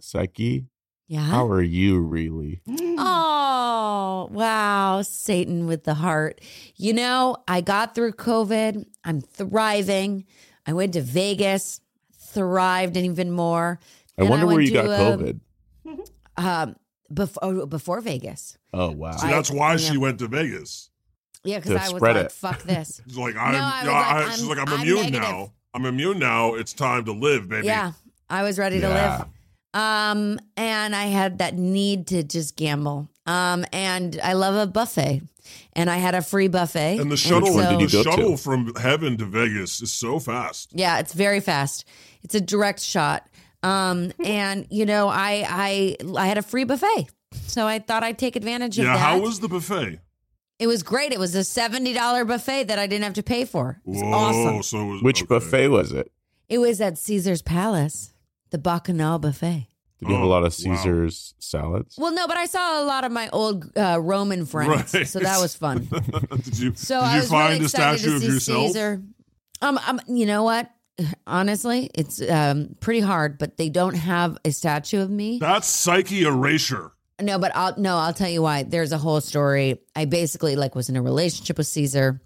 [SPEAKER 2] Psyche,
[SPEAKER 1] Yeah.
[SPEAKER 2] how are you really?
[SPEAKER 1] Oh, Wow. Wow. Satan with the heart. You know, I got through COVID. I'm thriving. I went to Vegas, thrived even more.
[SPEAKER 2] I
[SPEAKER 1] Then
[SPEAKER 2] wonder where
[SPEAKER 1] went
[SPEAKER 2] you got
[SPEAKER 1] to, uh,
[SPEAKER 2] COVID.
[SPEAKER 1] Um, before, before Vegas.
[SPEAKER 2] Oh wow.
[SPEAKER 3] See,
[SPEAKER 1] I-
[SPEAKER 3] that's why she
[SPEAKER 1] yeah.
[SPEAKER 3] went to Vegas.
[SPEAKER 1] Yeah, because
[SPEAKER 2] To
[SPEAKER 1] I was
[SPEAKER 2] spread
[SPEAKER 1] like,
[SPEAKER 2] it.
[SPEAKER 1] fuck this.
[SPEAKER 3] She's like, I'm,
[SPEAKER 1] I was
[SPEAKER 3] yeah,
[SPEAKER 1] like,
[SPEAKER 3] I-
[SPEAKER 1] I'm-
[SPEAKER 3] she's like, I'm,
[SPEAKER 1] I'm
[SPEAKER 3] immune
[SPEAKER 1] negative.
[SPEAKER 3] now. I'm immune now. It's time to live, baby.
[SPEAKER 1] Yeah, I was ready to
[SPEAKER 2] Yeah.
[SPEAKER 1] live. Um, and I had that need to just gamble. Um, and I love a buffet, and I had a free buffet.
[SPEAKER 3] And the shuttle,
[SPEAKER 2] one did
[SPEAKER 3] the
[SPEAKER 2] you go to?
[SPEAKER 3] shuttle from heaven to Vegas is so fast.
[SPEAKER 1] Yeah, it's very fast. It's a direct shot. Um, and you know, I I I had a free buffet, so I thought I'd take advantage of
[SPEAKER 3] yeah.
[SPEAKER 1] that.
[SPEAKER 3] How was the buffet?
[SPEAKER 1] it was great. It was a seventy dollar buffet that I didn't have to pay for. It was
[SPEAKER 3] Whoa.
[SPEAKER 1] awesome.
[SPEAKER 3] So it was,
[SPEAKER 2] Which
[SPEAKER 3] okay.
[SPEAKER 2] buffet was it?
[SPEAKER 1] It was at Caesar's Palace, the Bacchanal buffet.
[SPEAKER 2] Did you have a
[SPEAKER 3] Oh,
[SPEAKER 2] lot of
[SPEAKER 3] wow.
[SPEAKER 2] Caesar's salads?
[SPEAKER 1] Well, no, but I saw a lot of my old uh, Roman friends,
[SPEAKER 3] Right.
[SPEAKER 1] so that was fun.
[SPEAKER 3] did you,
[SPEAKER 1] So
[SPEAKER 3] did
[SPEAKER 1] I
[SPEAKER 3] you
[SPEAKER 1] was
[SPEAKER 3] find
[SPEAKER 1] really
[SPEAKER 3] a
[SPEAKER 1] excited
[SPEAKER 3] statue
[SPEAKER 1] to
[SPEAKER 3] of
[SPEAKER 1] see
[SPEAKER 3] yourself?
[SPEAKER 1] Caesar. Um, um, you know what? Honestly, it's um pretty hard, but they don't have a statue of me.
[SPEAKER 3] That's psyche erasure.
[SPEAKER 1] No, but I'll no, I'll tell you why. There's a whole story. I basically like was in a relationship with Caesar.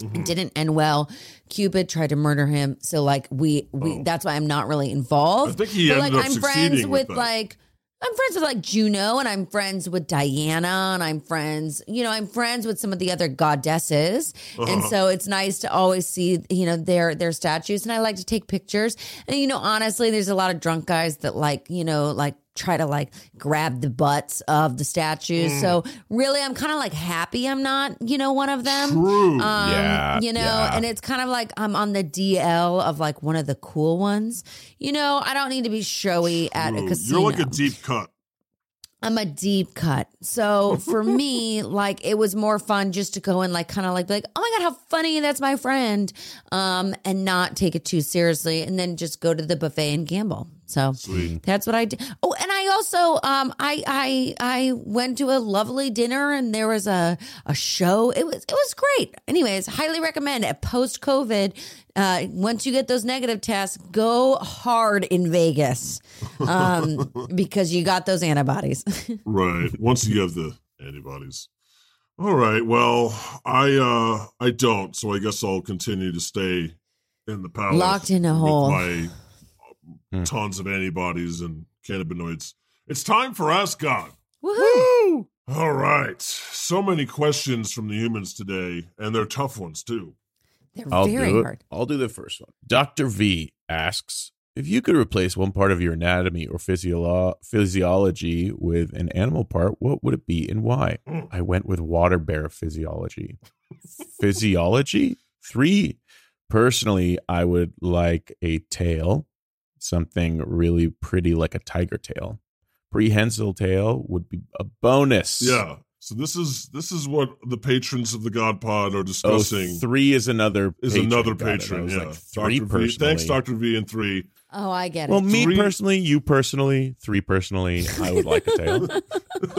[SPEAKER 3] Mm-hmm.
[SPEAKER 1] It didn't end well. Cupid tried to murder him. So like we we that's why I'm not really involved.
[SPEAKER 3] Oh. I think he
[SPEAKER 1] but
[SPEAKER 3] ended
[SPEAKER 1] like
[SPEAKER 3] up
[SPEAKER 1] I'm friends
[SPEAKER 3] succeeding with
[SPEAKER 1] with,
[SPEAKER 3] that.
[SPEAKER 1] like I'm friends with like Juno and I'm friends with Diana and I'm friends, you know, I'm friends with some of the other goddesses. And
[SPEAKER 3] Uh-huh.
[SPEAKER 1] so it's nice to always see, you know, their their statues and I like to take pictures. And you know, honestly, there's a lot of drunk guys that like, you know, like try to like grab the butts of the statues. So
[SPEAKER 3] Mm.
[SPEAKER 1] really I'm kind of like happy I'm not, you know, one of them.
[SPEAKER 3] True.
[SPEAKER 1] Um,
[SPEAKER 2] Yeah,
[SPEAKER 1] you know,
[SPEAKER 2] yeah.
[SPEAKER 1] and it's kind of like I'm on the DL of like one of the cool ones. You know, I don't need to be showy at a
[SPEAKER 3] True.
[SPEAKER 1] casino.
[SPEAKER 3] You're like a deep cut.
[SPEAKER 1] I'm a deep cut. So for me, like it was more fun just to go and like kind of like be like, oh my god, how funny that's my friend, um, and not take it too seriously, and then just go to the buffet and gamble. So that's what I did. Oh, and I also um I I I went to a lovely dinner and there was a a show. It was it was great. Anyways, highly recommend it. Post COVID, uh, once you get those negative tests, go hard in Vegas, um, because you got those antibodies.
[SPEAKER 3] Right. Once you have the antibodies. All right. Well, I uh I don't, so I guess I'll continue to stay in the palace.
[SPEAKER 1] Locked in a
[SPEAKER 3] with
[SPEAKER 1] hole.
[SPEAKER 3] My
[SPEAKER 2] Hmm.
[SPEAKER 3] tons of antibodies and cannabinoids. It's time for Ask God.
[SPEAKER 1] Woohoo!
[SPEAKER 3] All right. So many questions from the humans today, and they're tough ones too.
[SPEAKER 1] They're
[SPEAKER 2] I'll
[SPEAKER 1] very
[SPEAKER 2] do it.
[SPEAKER 1] hard.
[SPEAKER 2] I'll do the first one. Dr. V asks if you could replace one part of your anatomy or physiolo- physiology with an animal part, what would it be and why?
[SPEAKER 3] Mm.
[SPEAKER 2] I went with water bear physiology. physiology? Three. Personally, I would like a tail, something really pretty like a tiger tail. Prehensile tail would be a bonus.
[SPEAKER 3] Yeah. So this is this is what the patrons of the God Pod are
[SPEAKER 2] Oh,
[SPEAKER 3] discussing.
[SPEAKER 2] three is another
[SPEAKER 3] is
[SPEAKER 2] patron.
[SPEAKER 3] another
[SPEAKER 2] Got it. I
[SPEAKER 3] patron.
[SPEAKER 2] was
[SPEAKER 3] Yeah.
[SPEAKER 2] like, three
[SPEAKER 3] Dr. V. Thanks,
[SPEAKER 2] personally.
[SPEAKER 3] Doctor V, and three.
[SPEAKER 1] Oh, I get it.
[SPEAKER 2] Well, me
[SPEAKER 3] Three-
[SPEAKER 2] personally, you personally, three personally, I would like a tail.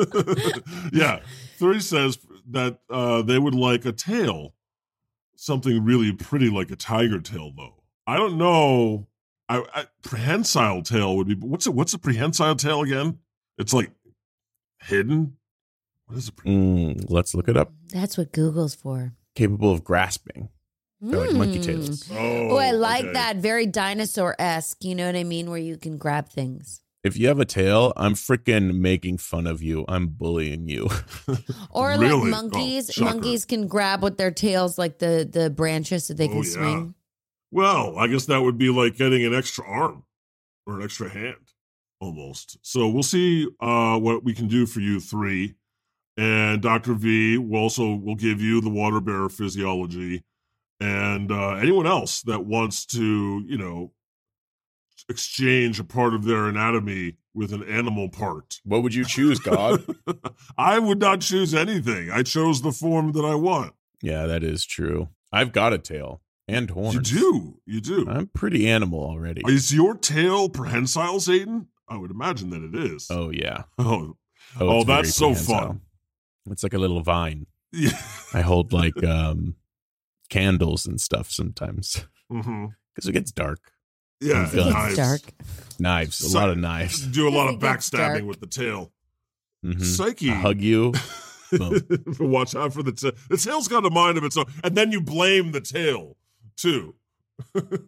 [SPEAKER 3] yeah. Three says that uh, they would like a tail, something really pretty like a tiger tail, though. I don't know. I, I prehensile tail would be. but What's a what's a prehensile tail again? It's like hidden. What is a pre-
[SPEAKER 2] Mm, let's look it up.
[SPEAKER 1] That's what Google's for.
[SPEAKER 2] Capable of grasping. They're like monkey
[SPEAKER 1] Mm.
[SPEAKER 2] tails.
[SPEAKER 3] oh?
[SPEAKER 1] Oh, I like
[SPEAKER 3] okay.
[SPEAKER 1] that. Very dinosaur esque. You know what I mean? Where you can grab things.
[SPEAKER 2] If you have a tail, I'm freaking making fun of you. I'm bullying you.
[SPEAKER 1] Or
[SPEAKER 3] Really?
[SPEAKER 1] like monkeys.
[SPEAKER 3] Oh, shocker.
[SPEAKER 1] monkeys can grab with their tails like the the branches so they
[SPEAKER 3] Oh,
[SPEAKER 1] can
[SPEAKER 3] yeah.
[SPEAKER 1] swing.
[SPEAKER 3] Well, I guess that would be like getting an extra arm or an extra hand almost. So we'll see uh, what we can do for you three. And Dr. V will also will give you the water bearer physiology and uh, anyone else that wants to, you know, exchange a part of their anatomy with an animal part.
[SPEAKER 2] What would you choose, God?
[SPEAKER 3] I would not choose anything. I chose the form that I want.
[SPEAKER 2] yeah, that is true. I've got a tail and horns.
[SPEAKER 3] You do. You do.
[SPEAKER 2] I'm pretty animal already.
[SPEAKER 3] Is your tail prehensile, Satan? I would imagine that it is.
[SPEAKER 2] Oh yeah. it's
[SPEAKER 3] Oh, Oh, that's
[SPEAKER 2] very
[SPEAKER 3] so fun.
[SPEAKER 2] prehensile. It's like a little vine.
[SPEAKER 3] yeah.
[SPEAKER 2] I hold like um candles and stuff sometimes
[SPEAKER 3] hmm
[SPEAKER 2] because it gets dark.
[SPEAKER 3] Yeah,
[SPEAKER 2] It
[SPEAKER 1] It
[SPEAKER 2] Yeah.
[SPEAKER 1] gets
[SPEAKER 3] knives.
[SPEAKER 1] dark.
[SPEAKER 2] Knives, a
[SPEAKER 3] So-
[SPEAKER 2] lot of knives.
[SPEAKER 3] Do a lot of
[SPEAKER 1] It gets
[SPEAKER 3] backstabbing
[SPEAKER 1] dark.
[SPEAKER 3] with the tail.
[SPEAKER 2] Mhm.
[SPEAKER 3] Psyche.
[SPEAKER 2] hug you. Boom.
[SPEAKER 3] Watch out for the tail. The tail's got a mind of its own. And then you blame the tail, too. You're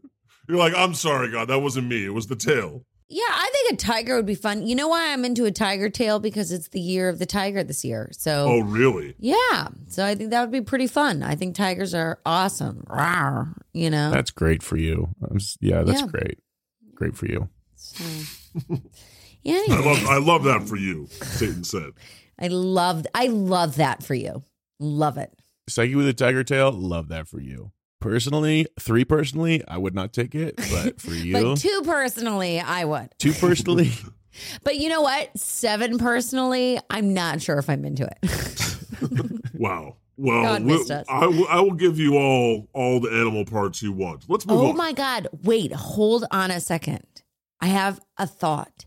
[SPEAKER 3] like, I'm sorry, God, that wasn't me. It was the tail.
[SPEAKER 1] Yeah, I think a tiger would be fun. You know why I'm into a tiger tail? Because it's the year of the tiger this year. So
[SPEAKER 3] Oh, really?
[SPEAKER 1] yeah. So I think that would be pretty fun. I think tigers are awesome. Rawr, you know.
[SPEAKER 2] That's great for you. I'm s- yeah, that's
[SPEAKER 1] Yeah.
[SPEAKER 2] great. Great for you.
[SPEAKER 1] So. Yeah,
[SPEAKER 3] I
[SPEAKER 1] anyway.
[SPEAKER 3] love, I love that for you, Satan said.
[SPEAKER 1] I love I love that for you. Love it.
[SPEAKER 2] Psyche with a tiger tail, love that for you. Personally, three personally, I would not take it, but for you,
[SPEAKER 1] But two personally, I would.
[SPEAKER 2] two personally,
[SPEAKER 1] But you know what? Seven personally, I'm not sure if I'm into it.
[SPEAKER 3] Wow. Well,
[SPEAKER 1] God
[SPEAKER 3] we-
[SPEAKER 1] missed us.
[SPEAKER 3] I, will- I will give you all all the animal parts you want. Let's move
[SPEAKER 1] oh
[SPEAKER 3] on.
[SPEAKER 1] my God. Wait, hold on a second. I have a thought.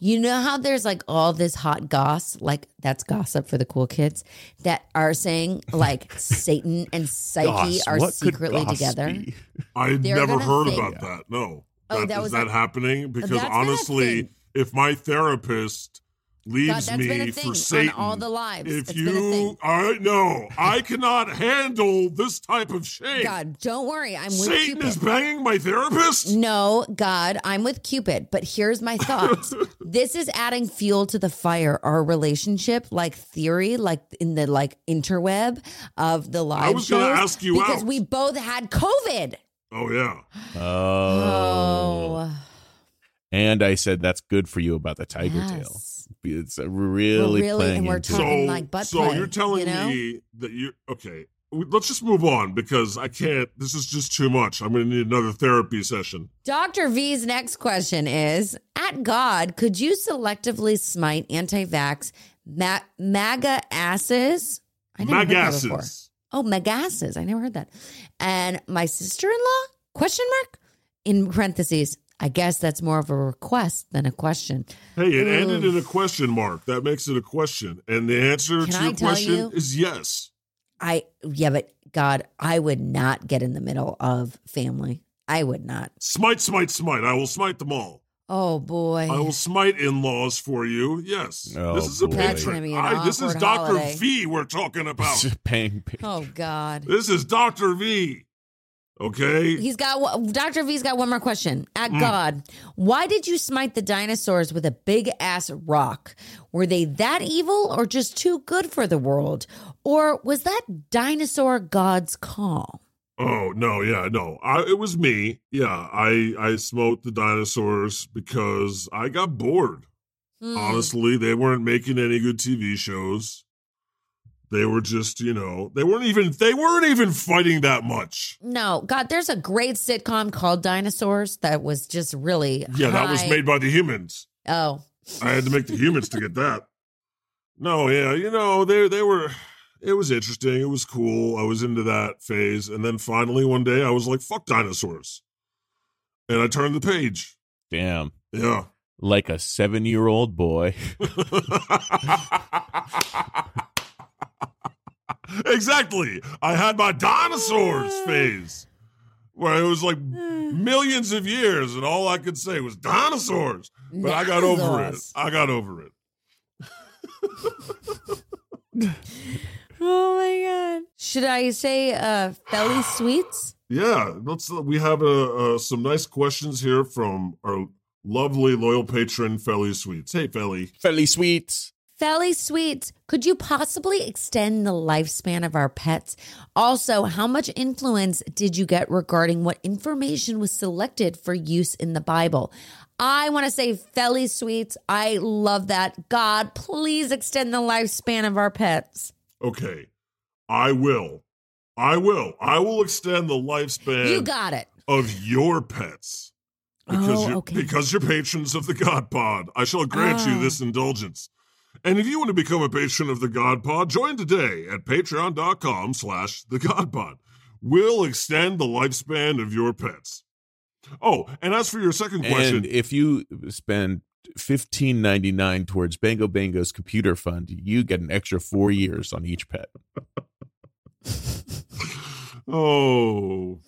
[SPEAKER 1] You know how there's like all this hot goss, like that's gossip for the cool kids that are saying like Satan and Psyche
[SPEAKER 2] Goss,
[SPEAKER 1] are
[SPEAKER 2] what could
[SPEAKER 1] secretly
[SPEAKER 2] goss
[SPEAKER 1] together.
[SPEAKER 2] be?
[SPEAKER 3] I had
[SPEAKER 1] They're
[SPEAKER 3] never
[SPEAKER 1] gonna
[SPEAKER 3] heard
[SPEAKER 1] say-
[SPEAKER 3] about that. No.
[SPEAKER 1] Oh,
[SPEAKER 3] That-
[SPEAKER 1] that
[SPEAKER 3] is
[SPEAKER 1] was
[SPEAKER 3] that
[SPEAKER 1] a- Oh,
[SPEAKER 3] happening? Because
[SPEAKER 1] That's been a
[SPEAKER 3] honestly,
[SPEAKER 1] thing.
[SPEAKER 3] if my therapist
[SPEAKER 1] God,
[SPEAKER 3] leaves
[SPEAKER 1] that's
[SPEAKER 3] me
[SPEAKER 1] been a
[SPEAKER 3] for
[SPEAKER 1] thing
[SPEAKER 3] Satan,
[SPEAKER 1] on all the lives.
[SPEAKER 3] if
[SPEAKER 1] It's
[SPEAKER 3] you,
[SPEAKER 1] been a thing.
[SPEAKER 3] I know, I cannot handle this type of shame.
[SPEAKER 1] God, don't worry. I'm with
[SPEAKER 3] Satan
[SPEAKER 1] Cupid.
[SPEAKER 3] is banging my therapist.
[SPEAKER 1] No, God, I'm with Cupid, but here's my thought. this is adding fuel to the fire. Our relationship, like theory, like in the like interweb of the live
[SPEAKER 3] was
[SPEAKER 1] shows,
[SPEAKER 3] gonna ask you
[SPEAKER 1] because
[SPEAKER 3] out.
[SPEAKER 1] we both had COVID.
[SPEAKER 3] Oh yeah,
[SPEAKER 2] Oh. And I said that's good for you about the tiger tail.
[SPEAKER 1] yes.
[SPEAKER 2] It's a really,
[SPEAKER 1] We're really-
[SPEAKER 2] playing
[SPEAKER 1] and we're
[SPEAKER 2] into it.
[SPEAKER 1] talking-
[SPEAKER 3] so
[SPEAKER 1] like butt
[SPEAKER 3] so
[SPEAKER 1] play,
[SPEAKER 3] you're telling
[SPEAKER 1] you know?
[SPEAKER 3] me that you okay? w- Let's just move on because I can't. This is just too much. I'm going to need another therapy session.
[SPEAKER 1] Dr. V's next question is At God, could you selectively smite anti vax ma- MAGA asses? I never heard that before.
[SPEAKER 3] Magasses.
[SPEAKER 1] Oh, Megasses. I never heard that. And my sister in law? Question mark? In parentheses. I guess that's more of a request than a question.
[SPEAKER 3] Hey, it ended in a question mark. That makes it a question, and the answer
[SPEAKER 1] Can
[SPEAKER 3] to
[SPEAKER 1] I
[SPEAKER 3] your
[SPEAKER 1] tell
[SPEAKER 3] question
[SPEAKER 1] you?
[SPEAKER 3] is yes.
[SPEAKER 1] I yeah, but God, I would not get in the middle of family. I would not.
[SPEAKER 3] Smite, smite, smite. I will smite them all.
[SPEAKER 1] Oh boy.
[SPEAKER 3] I will smite in-laws for you. Yes,
[SPEAKER 2] Oh,
[SPEAKER 3] this is a
[SPEAKER 2] boy.
[SPEAKER 3] patron.
[SPEAKER 2] That's gonna
[SPEAKER 1] be an
[SPEAKER 3] I- this is
[SPEAKER 1] awkward
[SPEAKER 3] Doctor
[SPEAKER 1] holiday.
[SPEAKER 3] V we're talking about.
[SPEAKER 2] Pang, pang.
[SPEAKER 1] Oh God.
[SPEAKER 3] this is Doctor V. Okay,
[SPEAKER 1] He's got one- Dr. V's got one more question. At
[SPEAKER 3] Mm.
[SPEAKER 1] God, why did you smite the dinosaurs with a big ass rock? Were they that evil or just too good for the world? Or was that dinosaur God's call?
[SPEAKER 3] Oh no, yeah, no. I it was me. Yeah, I I smote the dinosaurs because I got bored.
[SPEAKER 1] Hmm.
[SPEAKER 3] Honestly, they weren't making any good TV shows. They were just, you know, they weren't even they weren't even fighting that much.
[SPEAKER 1] No, God, there's a great sitcom called Dinosaurs that was just really
[SPEAKER 3] Yeah, that was
[SPEAKER 1] high-
[SPEAKER 3] made by the humans.
[SPEAKER 1] Oh,
[SPEAKER 3] I had to make the humans to get that. No, yeah, you know, they they were it was interesting. It was cool. I was into that phase. And then finally one day I was like, fuck dinosaurs. And I turned the page.
[SPEAKER 2] Damn.
[SPEAKER 3] Yeah.
[SPEAKER 2] Like a seven year old boy.
[SPEAKER 3] exactly. I had my dinosaurs phase where it was like millions of years and all I could say was dinosaurs. But I got over it.
[SPEAKER 1] Dinosaurs.
[SPEAKER 3] I got over it.
[SPEAKER 1] Oh my God. Should I say uh Felly Sweets?
[SPEAKER 3] Yeah, let's we have uh, uh, some nice questions here from our lovely loyal patron Felly Sweets. Hey Felly.
[SPEAKER 2] Fairly sweet.
[SPEAKER 1] Felly Sweets, could you possibly extend the lifespan of our pets? Also, how much influence did you get regarding what information was selected for use in the Bible? I want to say Felly Sweets. I love that. God, please extend the lifespan of our pets.
[SPEAKER 3] Okay. I will. I will. I will extend the lifespan
[SPEAKER 1] You got it.
[SPEAKER 3] of your pets. because
[SPEAKER 1] Oh,
[SPEAKER 3] you're,
[SPEAKER 1] okay.
[SPEAKER 3] because you're patrons of the God Pod. I shall grant you
[SPEAKER 1] Ah.
[SPEAKER 3] this indulgence. And if you want to become a patron of the God Pod, join today at patreon.com slash the God Pod. We'll extend the lifespan of your pets. Oh, and as for your second
[SPEAKER 2] And
[SPEAKER 3] question,
[SPEAKER 2] if you spend fifteen ninety nine towards Bango Bango's computer fund, you get an extra four years on each pet.
[SPEAKER 3] oh.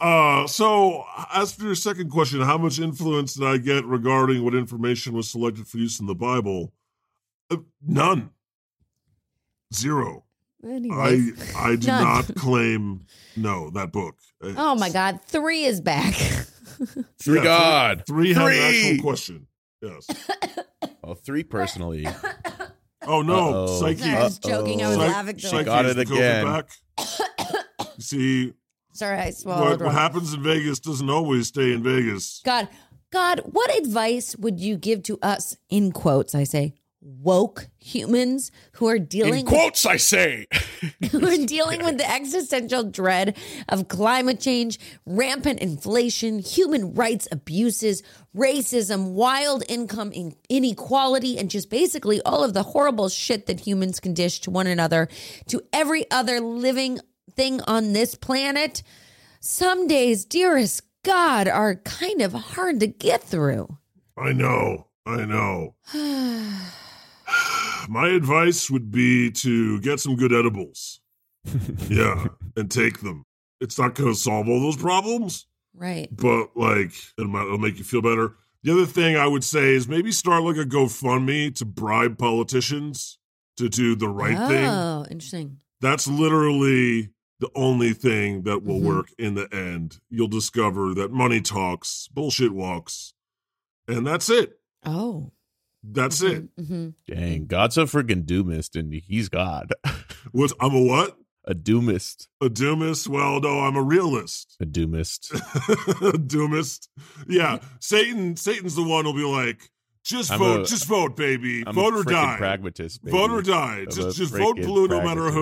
[SPEAKER 3] Uh, so as for your second question, how much influence did I get regarding what information was selected for use in the Bible? Uh, none. Zero. I
[SPEAKER 1] Anyways.
[SPEAKER 3] I do
[SPEAKER 1] None.
[SPEAKER 3] not claim no that book. Uh,
[SPEAKER 1] Oh my God, three is back.
[SPEAKER 2] Three
[SPEAKER 3] yeah,
[SPEAKER 2] God.
[SPEAKER 3] Three, had an
[SPEAKER 2] Three.
[SPEAKER 3] actual question. Yes.
[SPEAKER 2] Oh, three personally.
[SPEAKER 3] Oh no,
[SPEAKER 2] Uh-oh.
[SPEAKER 3] Psyche.
[SPEAKER 1] I was joking. I was
[SPEAKER 3] Psy-
[SPEAKER 1] laughing.
[SPEAKER 3] Psyche
[SPEAKER 2] She got
[SPEAKER 3] is
[SPEAKER 2] it
[SPEAKER 3] the COVID
[SPEAKER 2] again.
[SPEAKER 3] Back. You See
[SPEAKER 1] Sorry, I
[SPEAKER 3] what,
[SPEAKER 1] swallowed.
[SPEAKER 3] what
[SPEAKER 1] wrong.
[SPEAKER 3] happens in Vegas doesn't always stay in Vegas.
[SPEAKER 1] God, God, what advice would you give to us, in quotes, I say, woke humans who are dealing with,
[SPEAKER 2] quotes, I say.
[SPEAKER 1] who are dealing with the existential dread of climate change, rampant inflation, human rights abuses, racism, wild income in- inequality, and just basically all of the horrible shit that humans can dish to one another, to every other living thing on this planet? Some days, dearest God, are kind of hard to get through.
[SPEAKER 3] I know. I know. My advice would be to get some good edibles. yeah, and take them. It's not going to solve all those problems,
[SPEAKER 1] Right.
[SPEAKER 3] but like it might, it'll make you feel better. The other thing I would say is maybe start like a GoFundMe to bribe politicians to do the right thing.
[SPEAKER 1] oh, interesting.
[SPEAKER 3] That's literally the only thing that will
[SPEAKER 1] Mhm.
[SPEAKER 3] work in the end. You'll discover that money talks, bullshit walks, and that's it.
[SPEAKER 1] Oh.
[SPEAKER 3] That's it.
[SPEAKER 1] hmm
[SPEAKER 2] Dang, God's a freaking doomist, and he's God.
[SPEAKER 1] Mm-hmm.
[SPEAKER 3] What I'm a what?
[SPEAKER 2] A doomist.
[SPEAKER 3] A doomist? Well, no, I'm a realist.
[SPEAKER 2] A doomist.
[SPEAKER 3] doomist. Yeah,
[SPEAKER 1] Mm-hmm.
[SPEAKER 3] Satan. Satan's the one who'll be like, just
[SPEAKER 2] I'm
[SPEAKER 3] vote,
[SPEAKER 2] a-
[SPEAKER 3] just vote, baby,
[SPEAKER 2] I'm
[SPEAKER 3] vote
[SPEAKER 2] a
[SPEAKER 3] or
[SPEAKER 2] freaking
[SPEAKER 3] die,
[SPEAKER 2] pragmatist. baby.
[SPEAKER 3] vote or die.
[SPEAKER 2] I'm
[SPEAKER 3] just
[SPEAKER 2] a
[SPEAKER 3] just vote
[SPEAKER 2] freaking
[SPEAKER 3] blue no matter
[SPEAKER 2] pragmatist.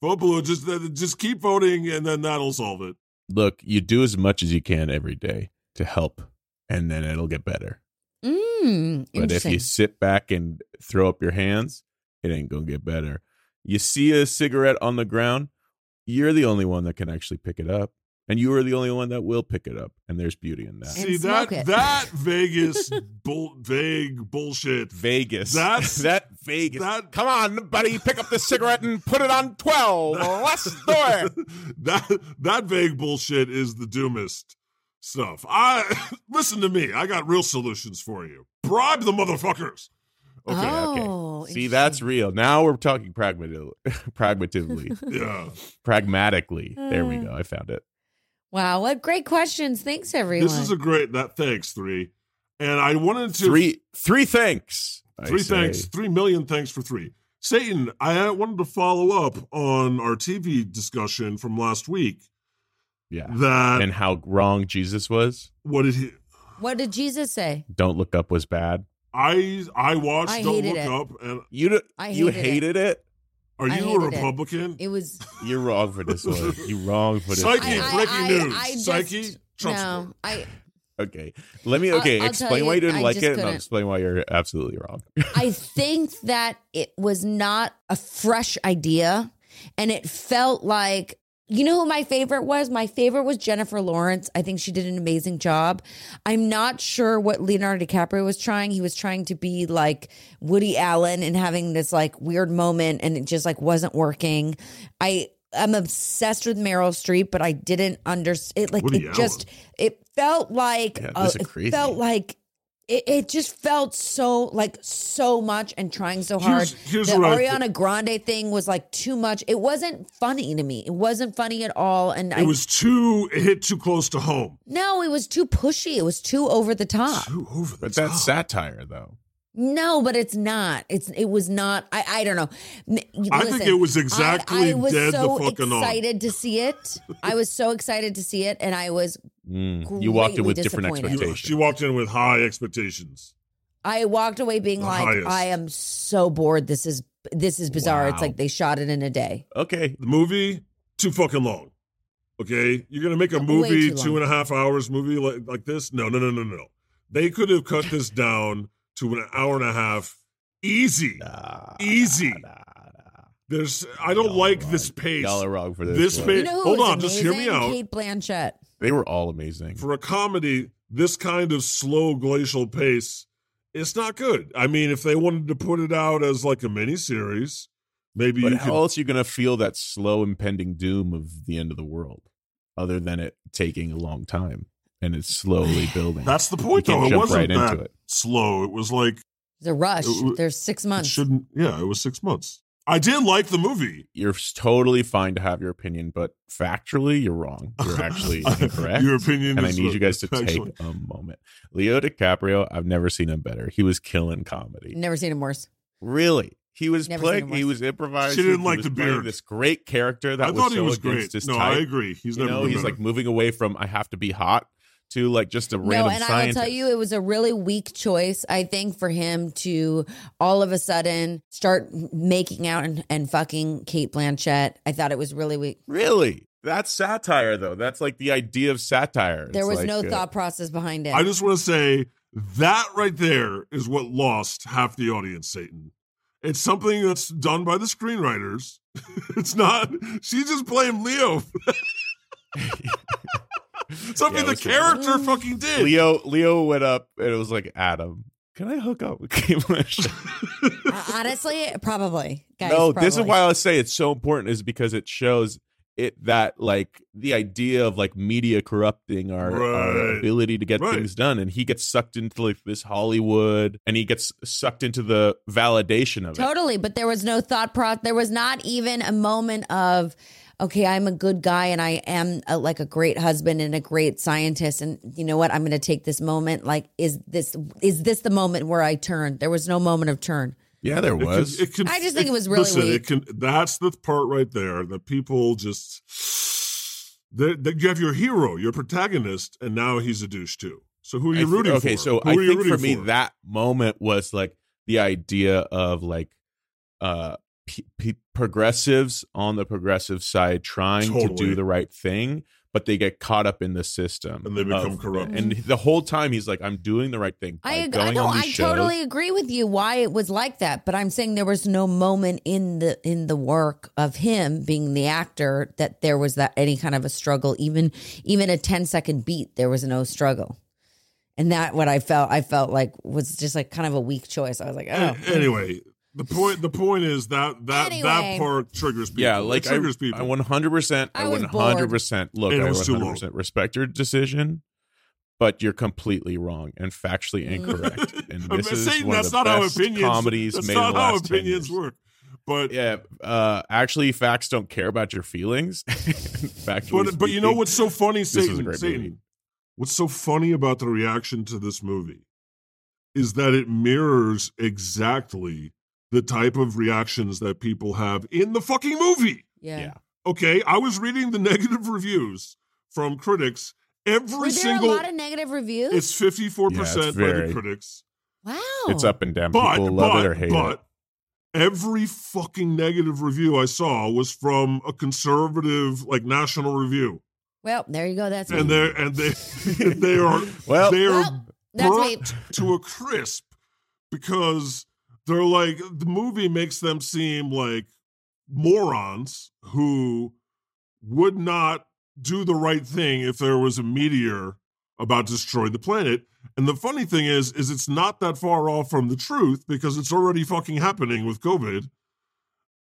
[SPEAKER 3] who. Vote blue. Just th- just keep voting, and then that'll solve it.
[SPEAKER 2] Look, you do as much as you can every day to help, and then it'll get better.
[SPEAKER 1] Mm,
[SPEAKER 2] But if
[SPEAKER 1] interesting.
[SPEAKER 2] you sit back and throw up your hands, it ain't gonna get better. You see a cigarette on the ground, you're the only one that can actually pick it up, and you are the only one that will pick it up. And there's beauty in that.
[SPEAKER 1] And
[SPEAKER 3] See
[SPEAKER 1] smoke
[SPEAKER 3] that
[SPEAKER 1] it.
[SPEAKER 3] that Vegas bull, vague bullshit.
[SPEAKER 2] Vegas.
[SPEAKER 3] That's-
[SPEAKER 2] that Vegas.
[SPEAKER 3] that-
[SPEAKER 2] Come on, buddy, pick up the cigarette and put it on twelve. Let's do it.
[SPEAKER 3] that that vague bullshit is the doomist stuff. I listen to me. I got real solutions for you. Bribe the motherfuckers.
[SPEAKER 2] Okay,
[SPEAKER 1] Oh,
[SPEAKER 2] okay. See, that's
[SPEAKER 1] interesting.
[SPEAKER 2] real. Now we're talking pragmatil- pragmatively,
[SPEAKER 3] Yeah,
[SPEAKER 2] pragmatically. There
[SPEAKER 1] Uh.
[SPEAKER 2] we go. I found it.
[SPEAKER 1] wow, what great questions. Thanks, everyone.
[SPEAKER 3] this is a great that. Thanks three, and I wanted to
[SPEAKER 2] Three, three thanks. I
[SPEAKER 3] three
[SPEAKER 2] say.
[SPEAKER 3] thanks, three million thanks for three. Satan, I wanted to follow up on our TV discussion from last week.
[SPEAKER 2] Yeah.
[SPEAKER 3] That
[SPEAKER 2] and how wrong Jesus was.
[SPEAKER 3] what did he?
[SPEAKER 1] what did Jesus say?
[SPEAKER 2] Don't look up was bad.
[SPEAKER 3] I I watched.
[SPEAKER 1] I
[SPEAKER 3] Don't
[SPEAKER 1] hated
[SPEAKER 3] look
[SPEAKER 1] it.
[SPEAKER 3] up. And
[SPEAKER 2] You d-
[SPEAKER 1] I
[SPEAKER 2] you
[SPEAKER 1] hated
[SPEAKER 2] hated it.
[SPEAKER 3] are
[SPEAKER 1] I
[SPEAKER 3] you a
[SPEAKER 1] hated it.
[SPEAKER 3] Republican?
[SPEAKER 1] It was
[SPEAKER 2] You're wrong for this one. You wrong for this.
[SPEAKER 3] Psyche,
[SPEAKER 1] I- I-
[SPEAKER 2] one.
[SPEAKER 3] breaking
[SPEAKER 1] I-
[SPEAKER 3] news.
[SPEAKER 1] I just-
[SPEAKER 3] Psyche, Trump
[SPEAKER 1] no. I
[SPEAKER 2] Okay, let me.
[SPEAKER 1] I'll-
[SPEAKER 2] Okay,
[SPEAKER 1] I'll tell
[SPEAKER 2] explain
[SPEAKER 1] you,
[SPEAKER 2] why you didn't
[SPEAKER 1] I
[SPEAKER 2] like it,
[SPEAKER 1] just
[SPEAKER 2] and I'll
[SPEAKER 1] couldn't.
[SPEAKER 2] explain why you're absolutely wrong.
[SPEAKER 1] I think that it was not a fresh idea, and it felt like you know who my favorite was. My favorite was Jennifer Lawrence. I think she did an amazing job. I'm not sure what Leonardo DiCaprio was trying. He was trying to be like Woody Allen and having this like weird moment, and it just like wasn't working. I. I'm obsessed with Meryl Streep, but I didn't understand. It, like
[SPEAKER 3] Woody
[SPEAKER 1] it just, it felt like
[SPEAKER 2] Yeah,
[SPEAKER 1] uh,
[SPEAKER 2] this is
[SPEAKER 1] it
[SPEAKER 2] crazy.
[SPEAKER 1] felt like it, it just felt so like so much and trying so hard.
[SPEAKER 3] Here's- here's
[SPEAKER 1] the
[SPEAKER 3] what I
[SPEAKER 1] Ariana Grande thing was like too much. It wasn't funny to me. It wasn't funny at all. And I
[SPEAKER 3] It was too. It hit too close to home.
[SPEAKER 1] no, it was too pushy. It was too over the top.
[SPEAKER 3] Too over the
[SPEAKER 2] But
[SPEAKER 3] top.
[SPEAKER 2] that's satire, though.
[SPEAKER 1] No, but it's not. It's it was not. I I don't know. M-
[SPEAKER 3] I think it was
[SPEAKER 1] I-
[SPEAKER 3] exactly
[SPEAKER 1] I, was
[SPEAKER 3] dead the
[SPEAKER 1] so
[SPEAKER 3] fucking on.
[SPEAKER 1] excited to see it. I was so excited to see it, and I was
[SPEAKER 2] Mm, You walked
[SPEAKER 1] Greatly
[SPEAKER 2] in with different
[SPEAKER 1] disappointed.
[SPEAKER 3] You- She
[SPEAKER 2] expectations.
[SPEAKER 3] walked in with high expectations.
[SPEAKER 1] I walked away being
[SPEAKER 3] The
[SPEAKER 1] like,
[SPEAKER 3] highest.
[SPEAKER 1] I am so bored. This is this is bizarre. It's
[SPEAKER 2] Wow.
[SPEAKER 1] like they shot it in a day.
[SPEAKER 2] Okay,
[SPEAKER 3] The movie too fucking long. Okay, you're gonna make a
[SPEAKER 1] Way
[SPEAKER 3] movie
[SPEAKER 1] too
[SPEAKER 3] two
[SPEAKER 1] long.
[SPEAKER 3] and a half hours movie like like this? No, no, no, no, no. They could have cut this down to an hour and a half, easy.
[SPEAKER 2] Nah,
[SPEAKER 3] Easy.
[SPEAKER 2] nah, nah, nah.
[SPEAKER 3] There's I don't
[SPEAKER 2] Y'all
[SPEAKER 3] like
[SPEAKER 2] are
[SPEAKER 3] this
[SPEAKER 2] wrong.
[SPEAKER 3] pace.
[SPEAKER 2] Y'all are wrong for this.
[SPEAKER 3] This
[SPEAKER 2] one.
[SPEAKER 3] pace-
[SPEAKER 1] You know who
[SPEAKER 3] hold
[SPEAKER 1] was
[SPEAKER 3] on, just hear me
[SPEAKER 1] amazing?
[SPEAKER 3] out.
[SPEAKER 1] Kate Blanchett.
[SPEAKER 2] They were all amazing.
[SPEAKER 3] for a comedy, this kind of slow glacial pace, it's not good. I mean, if they wanted to put it out as like a miniseries, maybe
[SPEAKER 2] But
[SPEAKER 3] you
[SPEAKER 2] how
[SPEAKER 3] could.
[SPEAKER 2] else are you gonna feel that slow impending doom of the end of the world, other than it taking a long time and it's slowly building?
[SPEAKER 3] That's the
[SPEAKER 2] You
[SPEAKER 3] point,
[SPEAKER 2] can't
[SPEAKER 3] though. It
[SPEAKER 2] jump
[SPEAKER 3] wasn't
[SPEAKER 2] right
[SPEAKER 3] that
[SPEAKER 2] into it.
[SPEAKER 3] slow. It was like
[SPEAKER 1] The rush.
[SPEAKER 3] It w-
[SPEAKER 1] There's six
[SPEAKER 3] it
[SPEAKER 1] months.
[SPEAKER 3] shouldn't. Yeah, it was six months. I did like the movie.
[SPEAKER 2] You're s- totally fine to have your opinion, but factually, you're wrong. You're actually incorrect.
[SPEAKER 3] Your opinion
[SPEAKER 2] and I
[SPEAKER 3] is
[SPEAKER 2] need you guys to
[SPEAKER 3] actually-
[SPEAKER 2] take a moment. Leo DiCaprio, I've never seen him better. He was killing comedy.
[SPEAKER 1] Never seen him worse.
[SPEAKER 2] Really. He was
[SPEAKER 1] Never seen
[SPEAKER 2] playing,
[SPEAKER 1] him
[SPEAKER 2] he
[SPEAKER 1] worse.
[SPEAKER 2] was improvising.
[SPEAKER 3] She didn't
[SPEAKER 2] he
[SPEAKER 3] like
[SPEAKER 2] was
[SPEAKER 3] the
[SPEAKER 2] playing
[SPEAKER 3] beard.
[SPEAKER 2] This great character that
[SPEAKER 3] I
[SPEAKER 2] was
[SPEAKER 3] thought
[SPEAKER 2] so
[SPEAKER 3] he was
[SPEAKER 2] against
[SPEAKER 3] great.
[SPEAKER 2] his
[SPEAKER 3] No,
[SPEAKER 2] type.
[SPEAKER 3] I agree. He's
[SPEAKER 2] you
[SPEAKER 3] never.
[SPEAKER 2] know,
[SPEAKER 3] been
[SPEAKER 2] he's
[SPEAKER 3] better.
[SPEAKER 2] like moving away from I have to be hot to like just a random
[SPEAKER 1] no, and
[SPEAKER 2] scientist.
[SPEAKER 1] I will tell you, it was a really weak choice, I think, for him to all of a sudden start making out and, and fucking Kate Blanchett. I thought it was really weak.
[SPEAKER 2] Really? That's satire, though. That's like the idea of satire.
[SPEAKER 1] there
[SPEAKER 2] It's
[SPEAKER 1] was
[SPEAKER 2] like,
[SPEAKER 1] no
[SPEAKER 2] uh,
[SPEAKER 1] thought process behind it.
[SPEAKER 3] I just want to say that right there is what lost half the audience, Satan. It's something that's done by the screenwriters. it's not, she just blamed Leo.
[SPEAKER 2] Yeah,
[SPEAKER 3] something
[SPEAKER 2] it
[SPEAKER 3] the
[SPEAKER 2] was-
[SPEAKER 3] character fucking did.
[SPEAKER 2] Leo Leo went up and it was like, Adam, can I hook up with Kate Blanchett?
[SPEAKER 1] Uh, Honestly, probably. Guys,
[SPEAKER 2] no, this is
[SPEAKER 1] probably.
[SPEAKER 2] why I say it's so important is because it shows it that like the idea of like media corrupting our, our
[SPEAKER 3] Right.
[SPEAKER 2] ability to get
[SPEAKER 3] Right.
[SPEAKER 2] things done, and he gets sucked into like this Hollywood, and he gets sucked into the validation of it.
[SPEAKER 1] Totally, but there was no thought process. There was not even a moment of, okay, I'm a good guy and I am a, like a great husband and a great scientist, and you know what? I'm going to take this moment. Like, is this is this the moment where I turn? There was no moment of turn.
[SPEAKER 2] Yeah, there
[SPEAKER 3] It can- it can-
[SPEAKER 1] I just think it was really
[SPEAKER 3] listen,
[SPEAKER 1] weak.
[SPEAKER 3] It can, that's the part right there that people just. That that you have your hero, your protagonist, and now he's a douche too. So who are
[SPEAKER 2] I
[SPEAKER 3] you
[SPEAKER 2] thi-
[SPEAKER 3] rooting
[SPEAKER 2] okay,
[SPEAKER 3] for?
[SPEAKER 2] so
[SPEAKER 3] Who
[SPEAKER 2] I
[SPEAKER 3] are you
[SPEAKER 2] think for
[SPEAKER 3] rooting
[SPEAKER 2] me that moment was like the idea of like uh p- p- progressives on the progressive side trying to
[SPEAKER 3] Totally.
[SPEAKER 2] do the right thing, but they get caught up in the system
[SPEAKER 3] And they become
[SPEAKER 2] of-
[SPEAKER 3] corrupt.
[SPEAKER 2] And the whole time he's like, "I'm doing the right thing."
[SPEAKER 1] I
[SPEAKER 2] by
[SPEAKER 1] ag- I
[SPEAKER 2] going
[SPEAKER 1] know,
[SPEAKER 2] on
[SPEAKER 1] I
[SPEAKER 2] these shows."
[SPEAKER 1] totally agree with you why it was like that, but I'm saying there was no moment in the in the work of him being the actor that there was that any kind of a struggle, even even a 10 second beat, there was no struggle. And that what I felt I felt like was just like kind of a weak choice. I was like, oh,
[SPEAKER 3] A- anyway, the point the point is that that
[SPEAKER 1] Anyway.
[SPEAKER 3] that part triggers people.
[SPEAKER 2] Yeah,
[SPEAKER 3] It
[SPEAKER 2] like I,
[SPEAKER 3] triggers people.
[SPEAKER 2] I 100%, I,
[SPEAKER 1] I was bored.
[SPEAKER 2] 100% look,
[SPEAKER 3] And it
[SPEAKER 2] I
[SPEAKER 3] was too long.
[SPEAKER 2] 100% respect your decision, but you're completely wrong and
[SPEAKER 1] Mm.
[SPEAKER 2] factually incorrect. And
[SPEAKER 3] I'm
[SPEAKER 2] this is
[SPEAKER 3] saying
[SPEAKER 2] one
[SPEAKER 3] that's
[SPEAKER 2] of the
[SPEAKER 3] not how
[SPEAKER 2] best
[SPEAKER 3] opinions
[SPEAKER 2] comedies
[SPEAKER 3] that's
[SPEAKER 2] made
[SPEAKER 3] not
[SPEAKER 2] in the
[SPEAKER 3] how
[SPEAKER 2] last 10
[SPEAKER 3] opinions
[SPEAKER 2] years.
[SPEAKER 3] work. But
[SPEAKER 2] Yeah, uh, actually, facts don't care about your feelings. Factually
[SPEAKER 3] but but you know
[SPEAKER 2] speaking,
[SPEAKER 3] what's so funny,
[SPEAKER 2] is a
[SPEAKER 3] Satan?
[SPEAKER 2] great
[SPEAKER 3] Satan,
[SPEAKER 2] movie.
[SPEAKER 3] What's so funny about the reaction to this movie is that it mirrors exactly the type of reactions that people have in the fucking movie.
[SPEAKER 1] yeah.
[SPEAKER 2] yeah.
[SPEAKER 3] Okay, I was reading the negative reviews from critics. Every
[SPEAKER 1] Were there
[SPEAKER 3] single
[SPEAKER 1] a lot of negative reviews?
[SPEAKER 3] it's fifty four percent by the
[SPEAKER 2] very-
[SPEAKER 3] critics.
[SPEAKER 1] wow.
[SPEAKER 2] it's up and down.
[SPEAKER 3] but,
[SPEAKER 2] People love
[SPEAKER 3] but,
[SPEAKER 2] it or hate it.
[SPEAKER 3] but every fucking negative review I saw was from a conservative, like National Review,
[SPEAKER 1] Well, there you go. That's me.
[SPEAKER 3] and they and they they are
[SPEAKER 2] Well-
[SPEAKER 3] they are
[SPEAKER 1] Well, that's me.
[SPEAKER 3] burnt to a crisp because they're like the movie makes them seem like morons who would not do the right thing if there was a meteor about to destroy the planet. And the funny thing is, is it's not that far off from the truth because it's already fucking happening with COVID.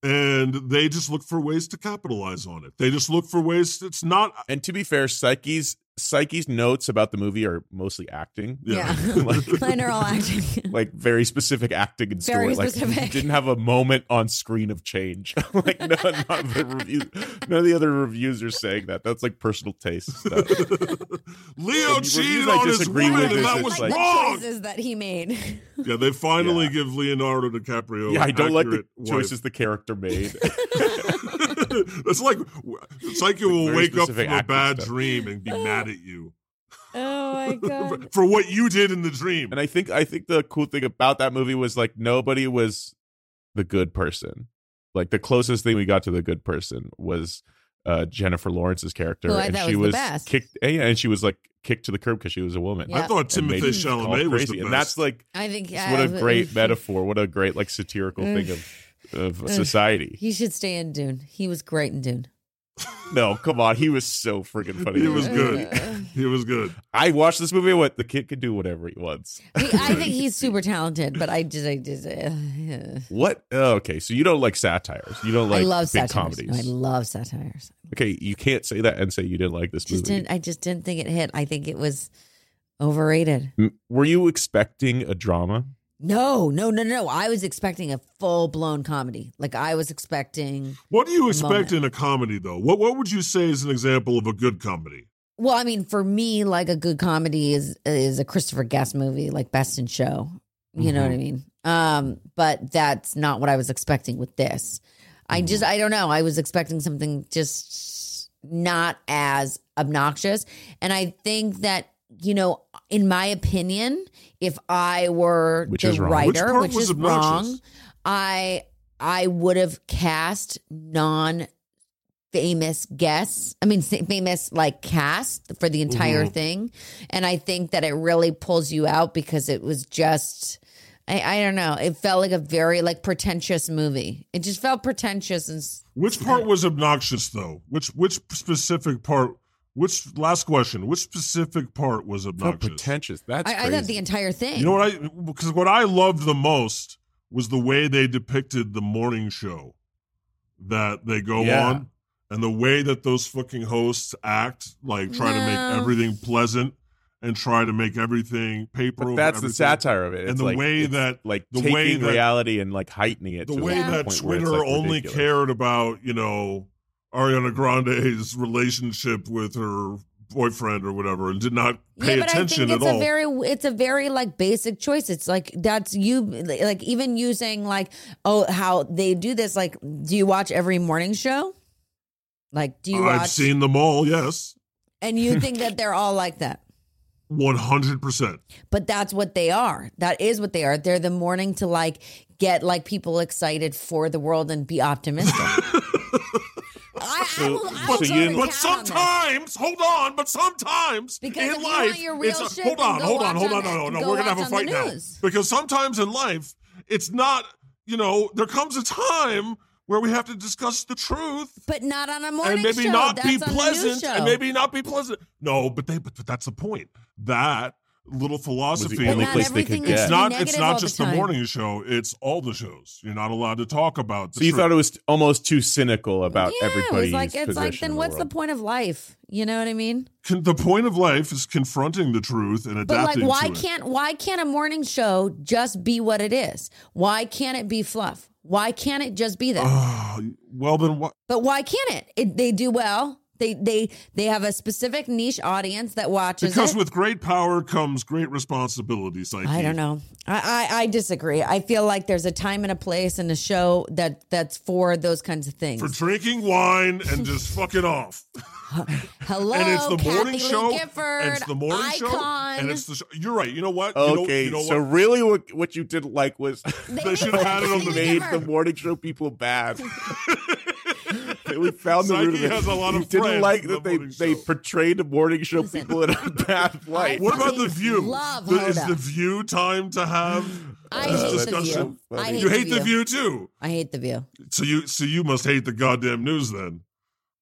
[SPEAKER 3] And they just look for ways to capitalize on it. They just look for ways. It's not.
[SPEAKER 2] And to be fair, Psyche's Psyche's notes about the movie are mostly acting.
[SPEAKER 1] Yeah.
[SPEAKER 2] Like-
[SPEAKER 1] Mine are all acting.
[SPEAKER 2] like very specific acting and story.
[SPEAKER 1] Very
[SPEAKER 2] Like
[SPEAKER 1] specific.
[SPEAKER 2] didn't have a moment on screen of change. like none, none of the reviews, none of the other reviews are saying that. That's like personal taste stuff.
[SPEAKER 3] Leo
[SPEAKER 2] Reviews
[SPEAKER 3] cheated
[SPEAKER 2] I
[SPEAKER 3] on his
[SPEAKER 2] disagree with
[SPEAKER 3] woman, and
[SPEAKER 2] is
[SPEAKER 3] that
[SPEAKER 2] it's
[SPEAKER 3] was
[SPEAKER 1] like
[SPEAKER 3] wrong.
[SPEAKER 1] the choices that he made.
[SPEAKER 3] Yeah, they finally
[SPEAKER 2] Yeah.
[SPEAKER 3] give Leonardo DiCaprio.
[SPEAKER 2] yeah,
[SPEAKER 3] an
[SPEAKER 2] I don't like the
[SPEAKER 3] accurate wife.
[SPEAKER 2] choices the character made.
[SPEAKER 3] it's like it's like you will
[SPEAKER 2] Very
[SPEAKER 3] wake up from
[SPEAKER 2] specific
[SPEAKER 3] a
[SPEAKER 2] acting
[SPEAKER 3] bad
[SPEAKER 2] stuff.
[SPEAKER 3] dream and be mad at you
[SPEAKER 1] oh my
[SPEAKER 3] for,
[SPEAKER 1] god.
[SPEAKER 3] for what you did in the dream.
[SPEAKER 2] and I think I think the cool thing about that movie was like nobody was the good person. Like the closest thing we got to the good person was uh, Jennifer Lawrence's character,
[SPEAKER 1] Who I
[SPEAKER 2] and
[SPEAKER 1] thought
[SPEAKER 2] she
[SPEAKER 1] was the
[SPEAKER 2] was
[SPEAKER 1] best.
[SPEAKER 2] kicked. eh, Yeah, and she was like kicked to the curb because she was a woman.
[SPEAKER 1] Yeah.
[SPEAKER 3] I thought
[SPEAKER 2] And made
[SPEAKER 3] Timothy
[SPEAKER 2] it all
[SPEAKER 3] Chalamet was the
[SPEAKER 2] crazy.
[SPEAKER 3] best.
[SPEAKER 2] and that's like
[SPEAKER 1] I think
[SPEAKER 2] Just what a
[SPEAKER 1] I-
[SPEAKER 2] great metaphor. What a great like satirical thing of of society.
[SPEAKER 1] He should stay in Dune. He was great in Dune.
[SPEAKER 2] No, come on, he was so freaking funny.
[SPEAKER 3] He was good.
[SPEAKER 1] Uh,
[SPEAKER 3] he was good.
[SPEAKER 2] I watched this movie. I went, the kid can do whatever he wants.
[SPEAKER 1] He- I think he's super talented, but I just, I just, uh,
[SPEAKER 2] What? Oh, okay, so you don't like satires. You don't like
[SPEAKER 1] I love
[SPEAKER 2] big
[SPEAKER 1] satires.
[SPEAKER 2] comedies.
[SPEAKER 1] No, I love satires.
[SPEAKER 2] okay, you can't say that and say you didn't like this
[SPEAKER 1] Just
[SPEAKER 2] movie.
[SPEAKER 1] didn't, I just didn't think it hit. I think it was overrated.
[SPEAKER 2] M- Were you expecting a drama?
[SPEAKER 1] No, no, no, no. I was expecting a full blown comedy. Like I was expecting.
[SPEAKER 3] What do you
[SPEAKER 1] moment.
[SPEAKER 3] expect in a comedy, though? What What would you say is an example of a good comedy?
[SPEAKER 1] Well, I mean, for me, like a good comedy is is a Christopher Guest movie, like Best in Show. You know what
[SPEAKER 2] Mm-hmm.
[SPEAKER 1] I mean? Um, but that's not what I was expecting with this. I
[SPEAKER 2] Mm-hmm.
[SPEAKER 1] just, I don't know. I was expecting something just not as obnoxious, and I think that you know, in my opinion, if I were
[SPEAKER 2] Which
[SPEAKER 1] the
[SPEAKER 2] is wrong.
[SPEAKER 1] writer,
[SPEAKER 3] Which part
[SPEAKER 1] which
[SPEAKER 3] was
[SPEAKER 1] is
[SPEAKER 3] obnoxious?
[SPEAKER 1] wrong, I I would have cast non famous guests. I mean, sa- famous like cast for the entire
[SPEAKER 3] Mm-hmm.
[SPEAKER 1] thing. And I think that it really pulls you out because it was just, I, I don't know, it felt like a very like pretentious movie. It just felt pretentious and s-
[SPEAKER 3] Which part was obnoxious, though? Which Which specific part? Which last question? Which specific part was
[SPEAKER 2] How
[SPEAKER 3] obnoxious?
[SPEAKER 2] pretentious. That's
[SPEAKER 1] I, I thought the entire thing.
[SPEAKER 3] You know what I? Because what I loved the most was the way they depicted the morning show that they go
[SPEAKER 2] Yeah.
[SPEAKER 3] on, and the way that those fucking hosts act, like try to
[SPEAKER 1] No.
[SPEAKER 3] make everything pleasant and try to make everything paper.
[SPEAKER 2] But
[SPEAKER 3] over
[SPEAKER 2] that's the
[SPEAKER 3] everything.
[SPEAKER 2] satire of it.
[SPEAKER 3] And
[SPEAKER 2] It's
[SPEAKER 3] the
[SPEAKER 2] like-
[SPEAKER 3] way
[SPEAKER 2] it's
[SPEAKER 3] that-
[SPEAKER 2] like
[SPEAKER 3] the
[SPEAKER 2] taking
[SPEAKER 3] way that-
[SPEAKER 2] reality and like heightening it.
[SPEAKER 3] The
[SPEAKER 2] to
[SPEAKER 3] way
[SPEAKER 2] a
[SPEAKER 3] that
[SPEAKER 2] point where it's,
[SPEAKER 3] Twitter
[SPEAKER 2] like,
[SPEAKER 3] only
[SPEAKER 2] ridiculous.
[SPEAKER 3] cared about, you know, Ariana Grande's relationship with her boyfriend or whatever, and did not pay
[SPEAKER 1] yeah, but I
[SPEAKER 3] attention
[SPEAKER 1] think
[SPEAKER 3] at
[SPEAKER 1] it's a
[SPEAKER 3] all.
[SPEAKER 1] very it's a very like basic choice. It's like that's you like even using like oh how they do this like do you watch every morning show? Like do you
[SPEAKER 3] I've
[SPEAKER 1] watch
[SPEAKER 3] seen them all. Yes,
[SPEAKER 1] and you think that they're all like that?
[SPEAKER 3] one hundred percent.
[SPEAKER 1] but that's what they are that is what they are they're the morning to like get like people excited for the world and be optimistic I, I will, I will
[SPEAKER 3] But,
[SPEAKER 1] totally count
[SPEAKER 3] but
[SPEAKER 1] on that.
[SPEAKER 3] sometimes, hold on, but sometimes
[SPEAKER 1] Because if
[SPEAKER 3] in
[SPEAKER 1] you
[SPEAKER 3] life,
[SPEAKER 1] want your real
[SPEAKER 3] it's
[SPEAKER 1] shit,
[SPEAKER 3] hold
[SPEAKER 1] then
[SPEAKER 3] on,
[SPEAKER 1] go
[SPEAKER 3] hold on,
[SPEAKER 1] watch
[SPEAKER 3] hold on,
[SPEAKER 1] on
[SPEAKER 3] no,
[SPEAKER 1] it-
[SPEAKER 3] no, no,
[SPEAKER 1] go
[SPEAKER 3] we're gonna
[SPEAKER 1] watch
[SPEAKER 3] have a
[SPEAKER 1] on the
[SPEAKER 3] fight now.
[SPEAKER 1] news.
[SPEAKER 3] Because sometimes in life, it's not, you know, there comes a time where we have to discuss the truth
[SPEAKER 1] but not on a morning
[SPEAKER 3] and maybe
[SPEAKER 1] show
[SPEAKER 3] not
[SPEAKER 1] that's
[SPEAKER 3] be
[SPEAKER 1] on the news
[SPEAKER 3] pleasant
[SPEAKER 1] show.
[SPEAKER 3] and maybe not be pleasant. No, but they, but, but that's the point. That little philosophy.
[SPEAKER 2] the
[SPEAKER 1] but
[SPEAKER 2] only
[SPEAKER 1] not
[SPEAKER 2] place they
[SPEAKER 1] everything
[SPEAKER 2] could
[SPEAKER 1] has
[SPEAKER 2] get.
[SPEAKER 1] to be
[SPEAKER 3] it's not. It's
[SPEAKER 1] negative all
[SPEAKER 3] not just the,
[SPEAKER 1] time.
[SPEAKER 3] morning show. It's all the shows. You're not allowed to talk about. The
[SPEAKER 2] So you
[SPEAKER 3] truth.
[SPEAKER 2] thought it was almost too cynical
[SPEAKER 3] uh,
[SPEAKER 2] about
[SPEAKER 1] yeah,
[SPEAKER 2] everybody's
[SPEAKER 1] it was like it's
[SPEAKER 2] position
[SPEAKER 1] like then
[SPEAKER 2] in
[SPEAKER 1] what's the
[SPEAKER 2] world.
[SPEAKER 1] point of life you know what i mean
[SPEAKER 3] Con- the point of life is confronting the truth and
[SPEAKER 1] but like
[SPEAKER 3] adapting
[SPEAKER 1] why
[SPEAKER 3] to it.
[SPEAKER 1] can't why can't a morning show just be what it is why can't it be fluff why can't it just be that
[SPEAKER 3] Ah, well, then what?
[SPEAKER 1] But why can't it? it they do well. They they they have a specific niche audience that watches.
[SPEAKER 3] Because
[SPEAKER 1] it.
[SPEAKER 3] with great power comes great responsibility, Psyche.
[SPEAKER 1] I don't know. I, I I disagree. I feel like there's a time and a place and a show that that's for those kinds of things.
[SPEAKER 3] For drinking wine and just fucking off.
[SPEAKER 1] Hello,
[SPEAKER 3] and it's the
[SPEAKER 1] Kathy
[SPEAKER 3] morning
[SPEAKER 1] Lee
[SPEAKER 3] show.
[SPEAKER 1] Gifford,
[SPEAKER 3] and it's the morning
[SPEAKER 1] icon.
[SPEAKER 3] show. And it's the show. You're right. You know what? You know-
[SPEAKER 2] Okay,
[SPEAKER 3] you know
[SPEAKER 2] so
[SPEAKER 3] what?
[SPEAKER 2] really, what what you didn't like was
[SPEAKER 1] They
[SPEAKER 3] They
[SPEAKER 1] made
[SPEAKER 3] should've had it on
[SPEAKER 1] Kathy
[SPEAKER 3] the
[SPEAKER 1] Lee
[SPEAKER 2] made
[SPEAKER 1] Gifford.
[SPEAKER 2] the morning show people bad. That we found the
[SPEAKER 3] Psyche
[SPEAKER 2] root of it.
[SPEAKER 3] has a lot of
[SPEAKER 2] you didn't
[SPEAKER 3] friends
[SPEAKER 2] like
[SPEAKER 3] in
[SPEAKER 2] that
[SPEAKER 3] the
[SPEAKER 2] they,
[SPEAKER 3] morning
[SPEAKER 2] they
[SPEAKER 3] show.
[SPEAKER 2] portrayed the morning show
[SPEAKER 1] Listen.
[SPEAKER 2] people in a bad light.
[SPEAKER 3] What about
[SPEAKER 1] Fucking
[SPEAKER 3] the view?
[SPEAKER 1] love
[SPEAKER 3] The- is
[SPEAKER 1] Hoda.
[SPEAKER 3] the view time to have?
[SPEAKER 1] I
[SPEAKER 3] this
[SPEAKER 1] hate the
[SPEAKER 3] discussion?
[SPEAKER 1] view. I hate
[SPEAKER 3] Uh, you
[SPEAKER 1] the
[SPEAKER 3] hate
[SPEAKER 1] view.
[SPEAKER 3] the view too.
[SPEAKER 1] I hate the view.
[SPEAKER 3] So you so you must hate the goddamn news then.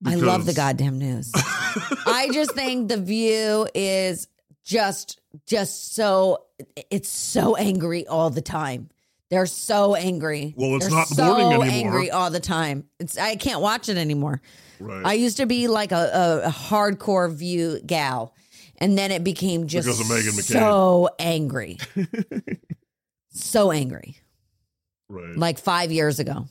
[SPEAKER 1] I love the
[SPEAKER 3] Because-
[SPEAKER 1] goddamn news. I just think the view is just just so it's so angry all the time. They're so angry.
[SPEAKER 3] Well, it's
[SPEAKER 1] They're
[SPEAKER 3] not the
[SPEAKER 1] so
[SPEAKER 3] morning anymore.
[SPEAKER 1] Angry all the time. It's I can't watch it anymore.
[SPEAKER 3] Right.
[SPEAKER 1] I used to be like a, a, a hardcore view gal, and then it became just
[SPEAKER 3] Because of Meghan McCain.
[SPEAKER 1] so angry, so angry.
[SPEAKER 3] right.
[SPEAKER 1] Like five years ago,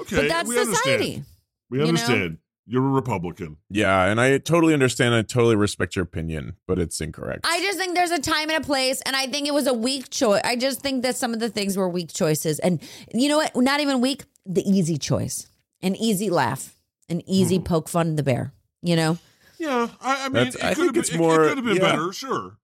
[SPEAKER 3] okay.
[SPEAKER 1] but that's
[SPEAKER 3] we
[SPEAKER 1] society.
[SPEAKER 3] Understand. We
[SPEAKER 1] you know?
[SPEAKER 3] understand. You're a Republican.
[SPEAKER 2] Yeah, and I totally understand. I totally respect your opinion, but it's incorrect.
[SPEAKER 1] I just think there's a time and a place, and I think it was a weak choice. I just think that some of the things were weak choices, and you know what? Not even weak. The easy choice, an easy laugh, an easy poke fun at the bear. You know,
[SPEAKER 3] Yeah, I, I mean,
[SPEAKER 2] That's-
[SPEAKER 3] it
[SPEAKER 2] I
[SPEAKER 3] could
[SPEAKER 2] think
[SPEAKER 3] have
[SPEAKER 2] it's
[SPEAKER 3] been, it-
[SPEAKER 2] more-
[SPEAKER 3] It could have been
[SPEAKER 2] yeah.
[SPEAKER 3] better, sure.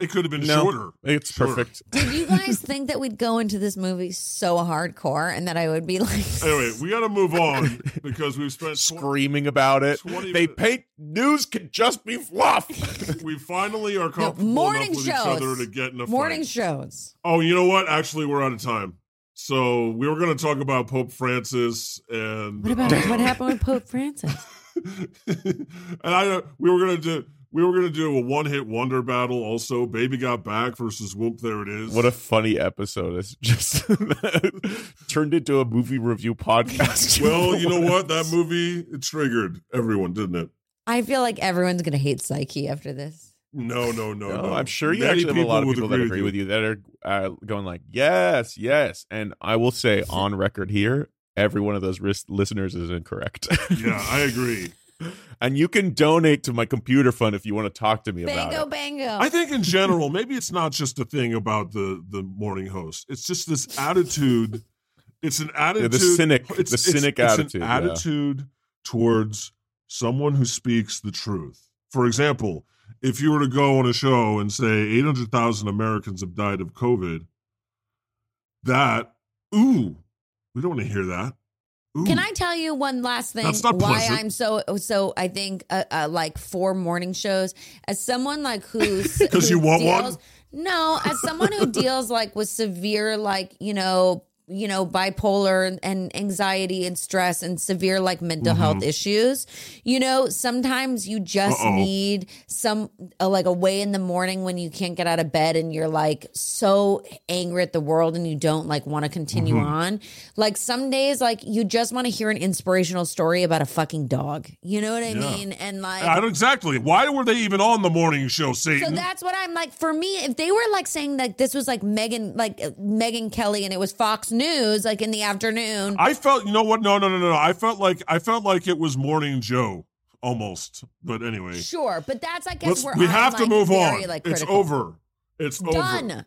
[SPEAKER 3] It could have been
[SPEAKER 2] no,
[SPEAKER 3] shorter.
[SPEAKER 2] it's
[SPEAKER 3] Sure.
[SPEAKER 2] perfect.
[SPEAKER 1] did you guys think that we'd go into this movie so hardcore, and that I would be like,
[SPEAKER 3] Anyway, we got to move on because we've spent. Tw-
[SPEAKER 2] Screaming about it.
[SPEAKER 3] 20
[SPEAKER 2] They
[SPEAKER 3] minutes.
[SPEAKER 2] paint news can just be fluff.
[SPEAKER 3] we finally are
[SPEAKER 1] no,
[SPEAKER 3] comfortable enough
[SPEAKER 1] morning
[SPEAKER 3] with each other
[SPEAKER 1] shows,
[SPEAKER 3] to get in a
[SPEAKER 1] morning
[SPEAKER 3] fight.
[SPEAKER 1] shows?
[SPEAKER 3] oh, you know what? Actually, we're out of time. So we were going to talk about Pope Francis and
[SPEAKER 1] What about
[SPEAKER 3] uh,
[SPEAKER 1] what happened with Pope Francis?
[SPEAKER 3] and I don't- we were gonna do we were gonna do a one hit wonder battle also. Baby got back versus Whoop. There it is.
[SPEAKER 2] What a funny episode! It's just turned into a movie review podcast.
[SPEAKER 3] well, you know what? That movie it triggered everyone, didn't it?
[SPEAKER 1] I feel like everyone's gonna hate Psyche after this.
[SPEAKER 3] No, no, no, no.
[SPEAKER 2] No, I'm sure you
[SPEAKER 3] Many
[SPEAKER 2] actually have a lot of
[SPEAKER 3] would
[SPEAKER 2] Oh, people that agree with you that are uh, going like, yes, yes. And I will say on record here, every one of those ris- listeners is incorrect.
[SPEAKER 3] Yeah, I agree.
[SPEAKER 2] and you can donate to my computer fund if you want to talk to me about
[SPEAKER 1] Bango,
[SPEAKER 2] it.
[SPEAKER 1] bango.
[SPEAKER 3] I think in general, maybe it's not just a thing about the the morning host. It's just this attitude. It's an attitude.
[SPEAKER 2] cynic-
[SPEAKER 3] It's,
[SPEAKER 2] the
[SPEAKER 3] it's-
[SPEAKER 2] cynic
[SPEAKER 3] it's
[SPEAKER 2] attitude,
[SPEAKER 3] An
[SPEAKER 2] yeah.
[SPEAKER 3] attitude towards someone who speaks the truth. For example, if you were to go on a show and say 800,000 Americans have died of COVID, that ooh, we don't want to hear that. Ooh.
[SPEAKER 1] Can I tell you one last thing?
[SPEAKER 3] That's not
[SPEAKER 1] why
[SPEAKER 3] pleasant.
[SPEAKER 1] I'm so so? I think uh, uh, like four morning shows as someone like who's
[SPEAKER 3] 'Cause
[SPEAKER 1] who
[SPEAKER 3] you want one?
[SPEAKER 1] deals- No, as someone who deals like with severe like you know you know bipolar and anxiety and stress and severe like mental health issues you know sometimes you just
[SPEAKER 3] Mm-hmm. Uh-oh.
[SPEAKER 1] need some uh, like a way in the morning when you can't get out of bed and you're like so angry at the world and you don't like want to continue
[SPEAKER 3] Mm-hmm.
[SPEAKER 1] on like some days like you just want to hear an inspirational story about a fucking dog you know what i
[SPEAKER 3] Yeah.
[SPEAKER 1] mean and like
[SPEAKER 3] I don't exactly. Why were they even on the morning show, Satan?
[SPEAKER 1] so that's what I'm like. For me, if they were like saying that this was like Megan, like uh, Megan Kelly, and it was Fox News, like in the afternoon,
[SPEAKER 3] I felt, you know what? No, no, no, no. no. I felt like I felt like it was Morning Joe almost. But anyway,
[SPEAKER 1] sure. But that's I guess
[SPEAKER 3] let's,
[SPEAKER 1] where
[SPEAKER 3] we
[SPEAKER 1] I'm,
[SPEAKER 3] have to
[SPEAKER 1] like,
[SPEAKER 3] move
[SPEAKER 1] very,
[SPEAKER 3] on.
[SPEAKER 1] Like
[SPEAKER 3] it's
[SPEAKER 1] critical.
[SPEAKER 3] over. It's
[SPEAKER 1] Done.
[SPEAKER 3] over.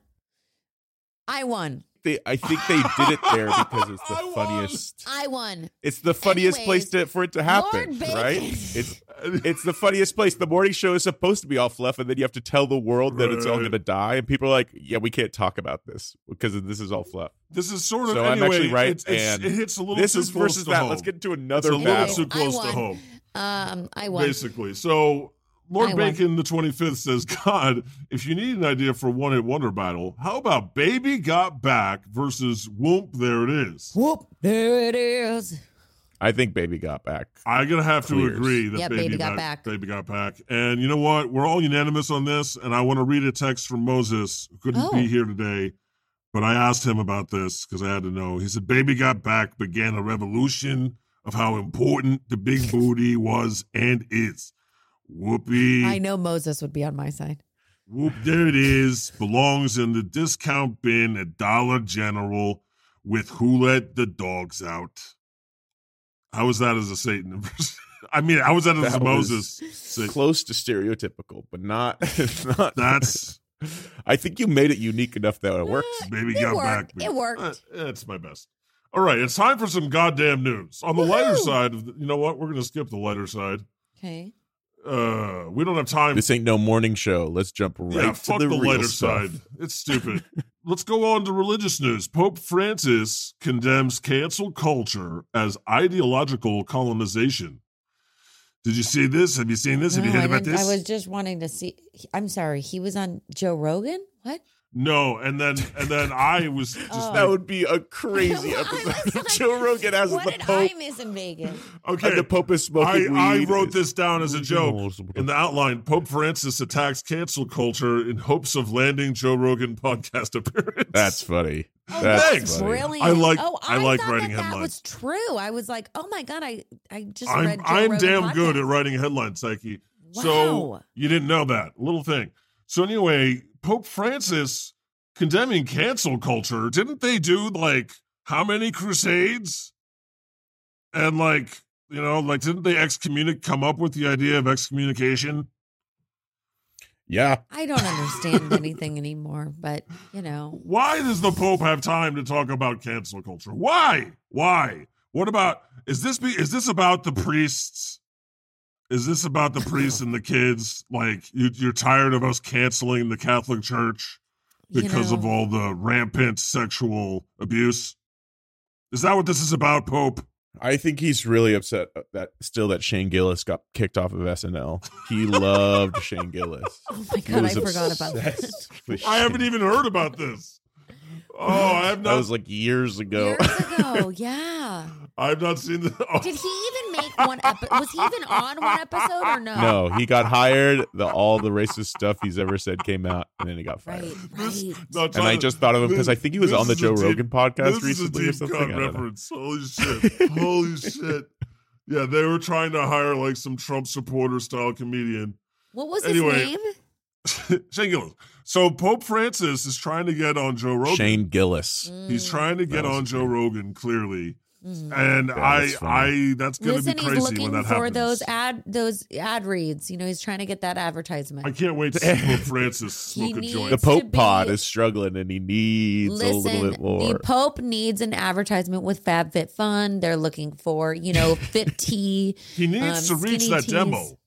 [SPEAKER 1] I won.
[SPEAKER 2] They, I think they did it there because it's
[SPEAKER 3] I
[SPEAKER 2] the
[SPEAKER 3] won.
[SPEAKER 2] funniest.
[SPEAKER 1] I won.
[SPEAKER 2] It's the funniest
[SPEAKER 1] Anyways,
[SPEAKER 2] place to, for it to happen,
[SPEAKER 1] Lord Bacon.
[SPEAKER 2] right? It's it's the funniest place. The morning show is supposed to be all fluff, and then you have to tell the world that it's all
[SPEAKER 3] Right.
[SPEAKER 2] going to die, and people are like, "Yeah, we can't talk about this because this is all fluff."
[SPEAKER 3] This is sort of
[SPEAKER 2] So I'm
[SPEAKER 3] anyway.
[SPEAKER 2] actually right,
[SPEAKER 3] it's, it's,
[SPEAKER 2] and
[SPEAKER 3] it hits a little
[SPEAKER 2] This
[SPEAKER 3] too
[SPEAKER 2] is
[SPEAKER 3] close
[SPEAKER 2] versus
[SPEAKER 3] to
[SPEAKER 2] that.
[SPEAKER 3] home.
[SPEAKER 2] Let's get into
[SPEAKER 3] it's a
[SPEAKER 2] another
[SPEAKER 3] little
[SPEAKER 2] battle.
[SPEAKER 3] too
[SPEAKER 1] I
[SPEAKER 3] close to
[SPEAKER 1] won.
[SPEAKER 3] home,
[SPEAKER 1] Um, I won.
[SPEAKER 3] basically. So
[SPEAKER 1] I
[SPEAKER 3] Lord
[SPEAKER 1] won.
[SPEAKER 3] Bacon the twenty fifth says, God, if you need an idea for one hit wonder battle, how about Baby Got Back versus Whoop? There it is.
[SPEAKER 1] Whoop! There it is.
[SPEAKER 2] I think Baby got back.
[SPEAKER 3] I'm gonna have
[SPEAKER 2] Clears.
[SPEAKER 3] to agree that
[SPEAKER 1] Yeah,
[SPEAKER 3] baby, got, back. Baby got back, and you know what? We're all unanimous on this. And I want to read a text from Moses, who couldn't
[SPEAKER 1] Oh.
[SPEAKER 3] be here today, but I asked him about this because I had to know. He said, "Baby got back began a revolution of how important the big booty was and is." Whoopee!
[SPEAKER 1] I know Moses would be on my side.
[SPEAKER 3] Whoop, there it is. Belongs in the discount bin at Dollar General with Who Let the Dogs Out. How was that as a Satan impression? I mean, how was that as
[SPEAKER 2] That
[SPEAKER 3] a
[SPEAKER 2] was
[SPEAKER 3] Moses? Sa-
[SPEAKER 2] Close to stereotypical, but not. not
[SPEAKER 3] That's
[SPEAKER 2] I think you made it unique enough that it works.
[SPEAKER 3] Baby
[SPEAKER 1] It
[SPEAKER 3] Got
[SPEAKER 1] worked.
[SPEAKER 3] Back.
[SPEAKER 1] It worked.
[SPEAKER 3] Uh, That's my best. All right, it's time for some goddamn news. On the lighter
[SPEAKER 1] Woohoo!
[SPEAKER 3] side, of the, you know what? We're going to skip the lighter side.
[SPEAKER 1] Okay.
[SPEAKER 3] Uh, we don't have time
[SPEAKER 2] This ain't no morning show. Let's jump right
[SPEAKER 3] yeah,
[SPEAKER 2] to
[SPEAKER 3] fuck
[SPEAKER 2] the,
[SPEAKER 3] the,
[SPEAKER 2] real
[SPEAKER 3] lighter
[SPEAKER 2] stuff.
[SPEAKER 3] side. It's stupid. Let's go on to religious news. Pope Francis condemns cancel culture as ideological colonization. Did you see this? Have you seen this? Have you
[SPEAKER 1] No,
[SPEAKER 3] heard
[SPEAKER 1] I
[SPEAKER 3] about
[SPEAKER 1] didn't-
[SPEAKER 3] this?
[SPEAKER 1] I was just wanting to see. I'm sorry. He was on Joe Rogan. What?
[SPEAKER 3] No, and then and then I was just
[SPEAKER 1] Oh.
[SPEAKER 2] That would be a crazy
[SPEAKER 1] I
[SPEAKER 2] episode.
[SPEAKER 1] was
[SPEAKER 2] of
[SPEAKER 1] like,
[SPEAKER 2] Joe Rogan as
[SPEAKER 1] What
[SPEAKER 2] the
[SPEAKER 1] did
[SPEAKER 2] Pope.
[SPEAKER 1] I miss in Vegas?
[SPEAKER 3] okay.
[SPEAKER 2] And the Pope is
[SPEAKER 3] I,
[SPEAKER 2] smoking
[SPEAKER 3] I
[SPEAKER 2] weed.
[SPEAKER 3] wrote this down as a joke in the outline. Pope Francis attacks cancel culture in hopes of landing Joe Rogan podcast appearance.
[SPEAKER 2] That's funny.
[SPEAKER 1] Oh,
[SPEAKER 2] That's
[SPEAKER 3] Thanks.
[SPEAKER 2] funny.
[SPEAKER 1] brilliant!
[SPEAKER 3] I like-
[SPEAKER 1] Oh,
[SPEAKER 3] I
[SPEAKER 1] I,
[SPEAKER 3] like
[SPEAKER 1] thought
[SPEAKER 3] writing
[SPEAKER 1] that, that
[SPEAKER 3] headlines.
[SPEAKER 1] was true. I was like, oh my god, I I just read.
[SPEAKER 3] I'm
[SPEAKER 1] Joe
[SPEAKER 3] I'm
[SPEAKER 1] Rogan
[SPEAKER 3] damn
[SPEAKER 1] podcast.
[SPEAKER 3] good at writing headlines, Psyche. So
[SPEAKER 1] Wow.
[SPEAKER 3] you didn't know that little thing. So anyway, Pope Francis condemning cancel culture. Didn't they do like how many crusades? And like you know, like didn't they excommunicate? Come up with the idea of excommunication?
[SPEAKER 2] Yeah.
[SPEAKER 1] I don't understand anything anymore, but you know,
[SPEAKER 3] Why does the Pope have time to talk about cancel culture? Why? Why? What about is this be is this about the priests? Is this about the priests and the kids? Like you, you're tired of us canceling the Catholic Church
[SPEAKER 1] you
[SPEAKER 3] because
[SPEAKER 1] know,
[SPEAKER 3] of all the rampant sexual abuse? Is that what this is about, Pope?
[SPEAKER 2] I think he's really upset uh, that still that Shane Gillis got kicked off of SNL. He loved Shane Gillis.
[SPEAKER 1] Oh my
[SPEAKER 2] He
[SPEAKER 1] god, I
[SPEAKER 2] was
[SPEAKER 1] forgot about that.
[SPEAKER 2] obsessed with
[SPEAKER 3] I haven't
[SPEAKER 2] Shane.
[SPEAKER 3] even heard about this. Oh, I have
[SPEAKER 2] That
[SPEAKER 3] not.
[SPEAKER 2] was like years ago.
[SPEAKER 1] Years ago, yeah.
[SPEAKER 3] I've not seen the. Oh,
[SPEAKER 1] Did he even make one? Epi- was he even on one episode or no?
[SPEAKER 2] no, he got hired. The all the racist stuff he's ever said came out, and then he got fired.
[SPEAKER 1] Right,
[SPEAKER 3] this-
[SPEAKER 1] right.
[SPEAKER 3] no,
[SPEAKER 2] And I
[SPEAKER 3] Tyler,
[SPEAKER 2] just thought of him because I think he was
[SPEAKER 3] this
[SPEAKER 2] on the
[SPEAKER 3] is a
[SPEAKER 2] Joe
[SPEAKER 3] deep-
[SPEAKER 2] Rogan podcast recently or
[SPEAKER 3] is a deep
[SPEAKER 2] something.
[SPEAKER 3] cut
[SPEAKER 2] I don't know.
[SPEAKER 3] reference. Holy shit! Holy shit! Yeah, they were trying to hire like some Trump supporter style comedian.
[SPEAKER 1] What was
[SPEAKER 3] Anyway,
[SPEAKER 1] his name?
[SPEAKER 3] Shane Gillis. So Pope Francis is trying to get on Joe Rogan.
[SPEAKER 2] Shane Gillis.
[SPEAKER 3] He's trying to get
[SPEAKER 2] was
[SPEAKER 3] on
[SPEAKER 2] his
[SPEAKER 3] Joe
[SPEAKER 2] name.
[SPEAKER 3] Rogan clearly,
[SPEAKER 1] Mhm.
[SPEAKER 3] and
[SPEAKER 2] Yeah,
[SPEAKER 3] I,
[SPEAKER 2] that's funny.
[SPEAKER 3] I that's gonna
[SPEAKER 1] Listen,
[SPEAKER 3] be
[SPEAKER 1] he's
[SPEAKER 3] crazy
[SPEAKER 1] looking
[SPEAKER 3] when
[SPEAKER 1] for
[SPEAKER 3] that happens.
[SPEAKER 1] those ad those ad reads. You know, he's trying to get that advertisement.
[SPEAKER 3] I can't wait to see Pope Francis smoke a
[SPEAKER 1] needs-
[SPEAKER 3] joint.
[SPEAKER 2] The Pope
[SPEAKER 1] to be-
[SPEAKER 2] Pod is struggling and he needs a little
[SPEAKER 1] Listen,
[SPEAKER 2] bit more.
[SPEAKER 1] the Pope needs an advertisement with FabFitFun. They're looking for, you know, fit tea.
[SPEAKER 3] He needs
[SPEAKER 1] um,
[SPEAKER 3] to reach
[SPEAKER 1] skinny
[SPEAKER 3] that
[SPEAKER 1] tees.
[SPEAKER 3] demo.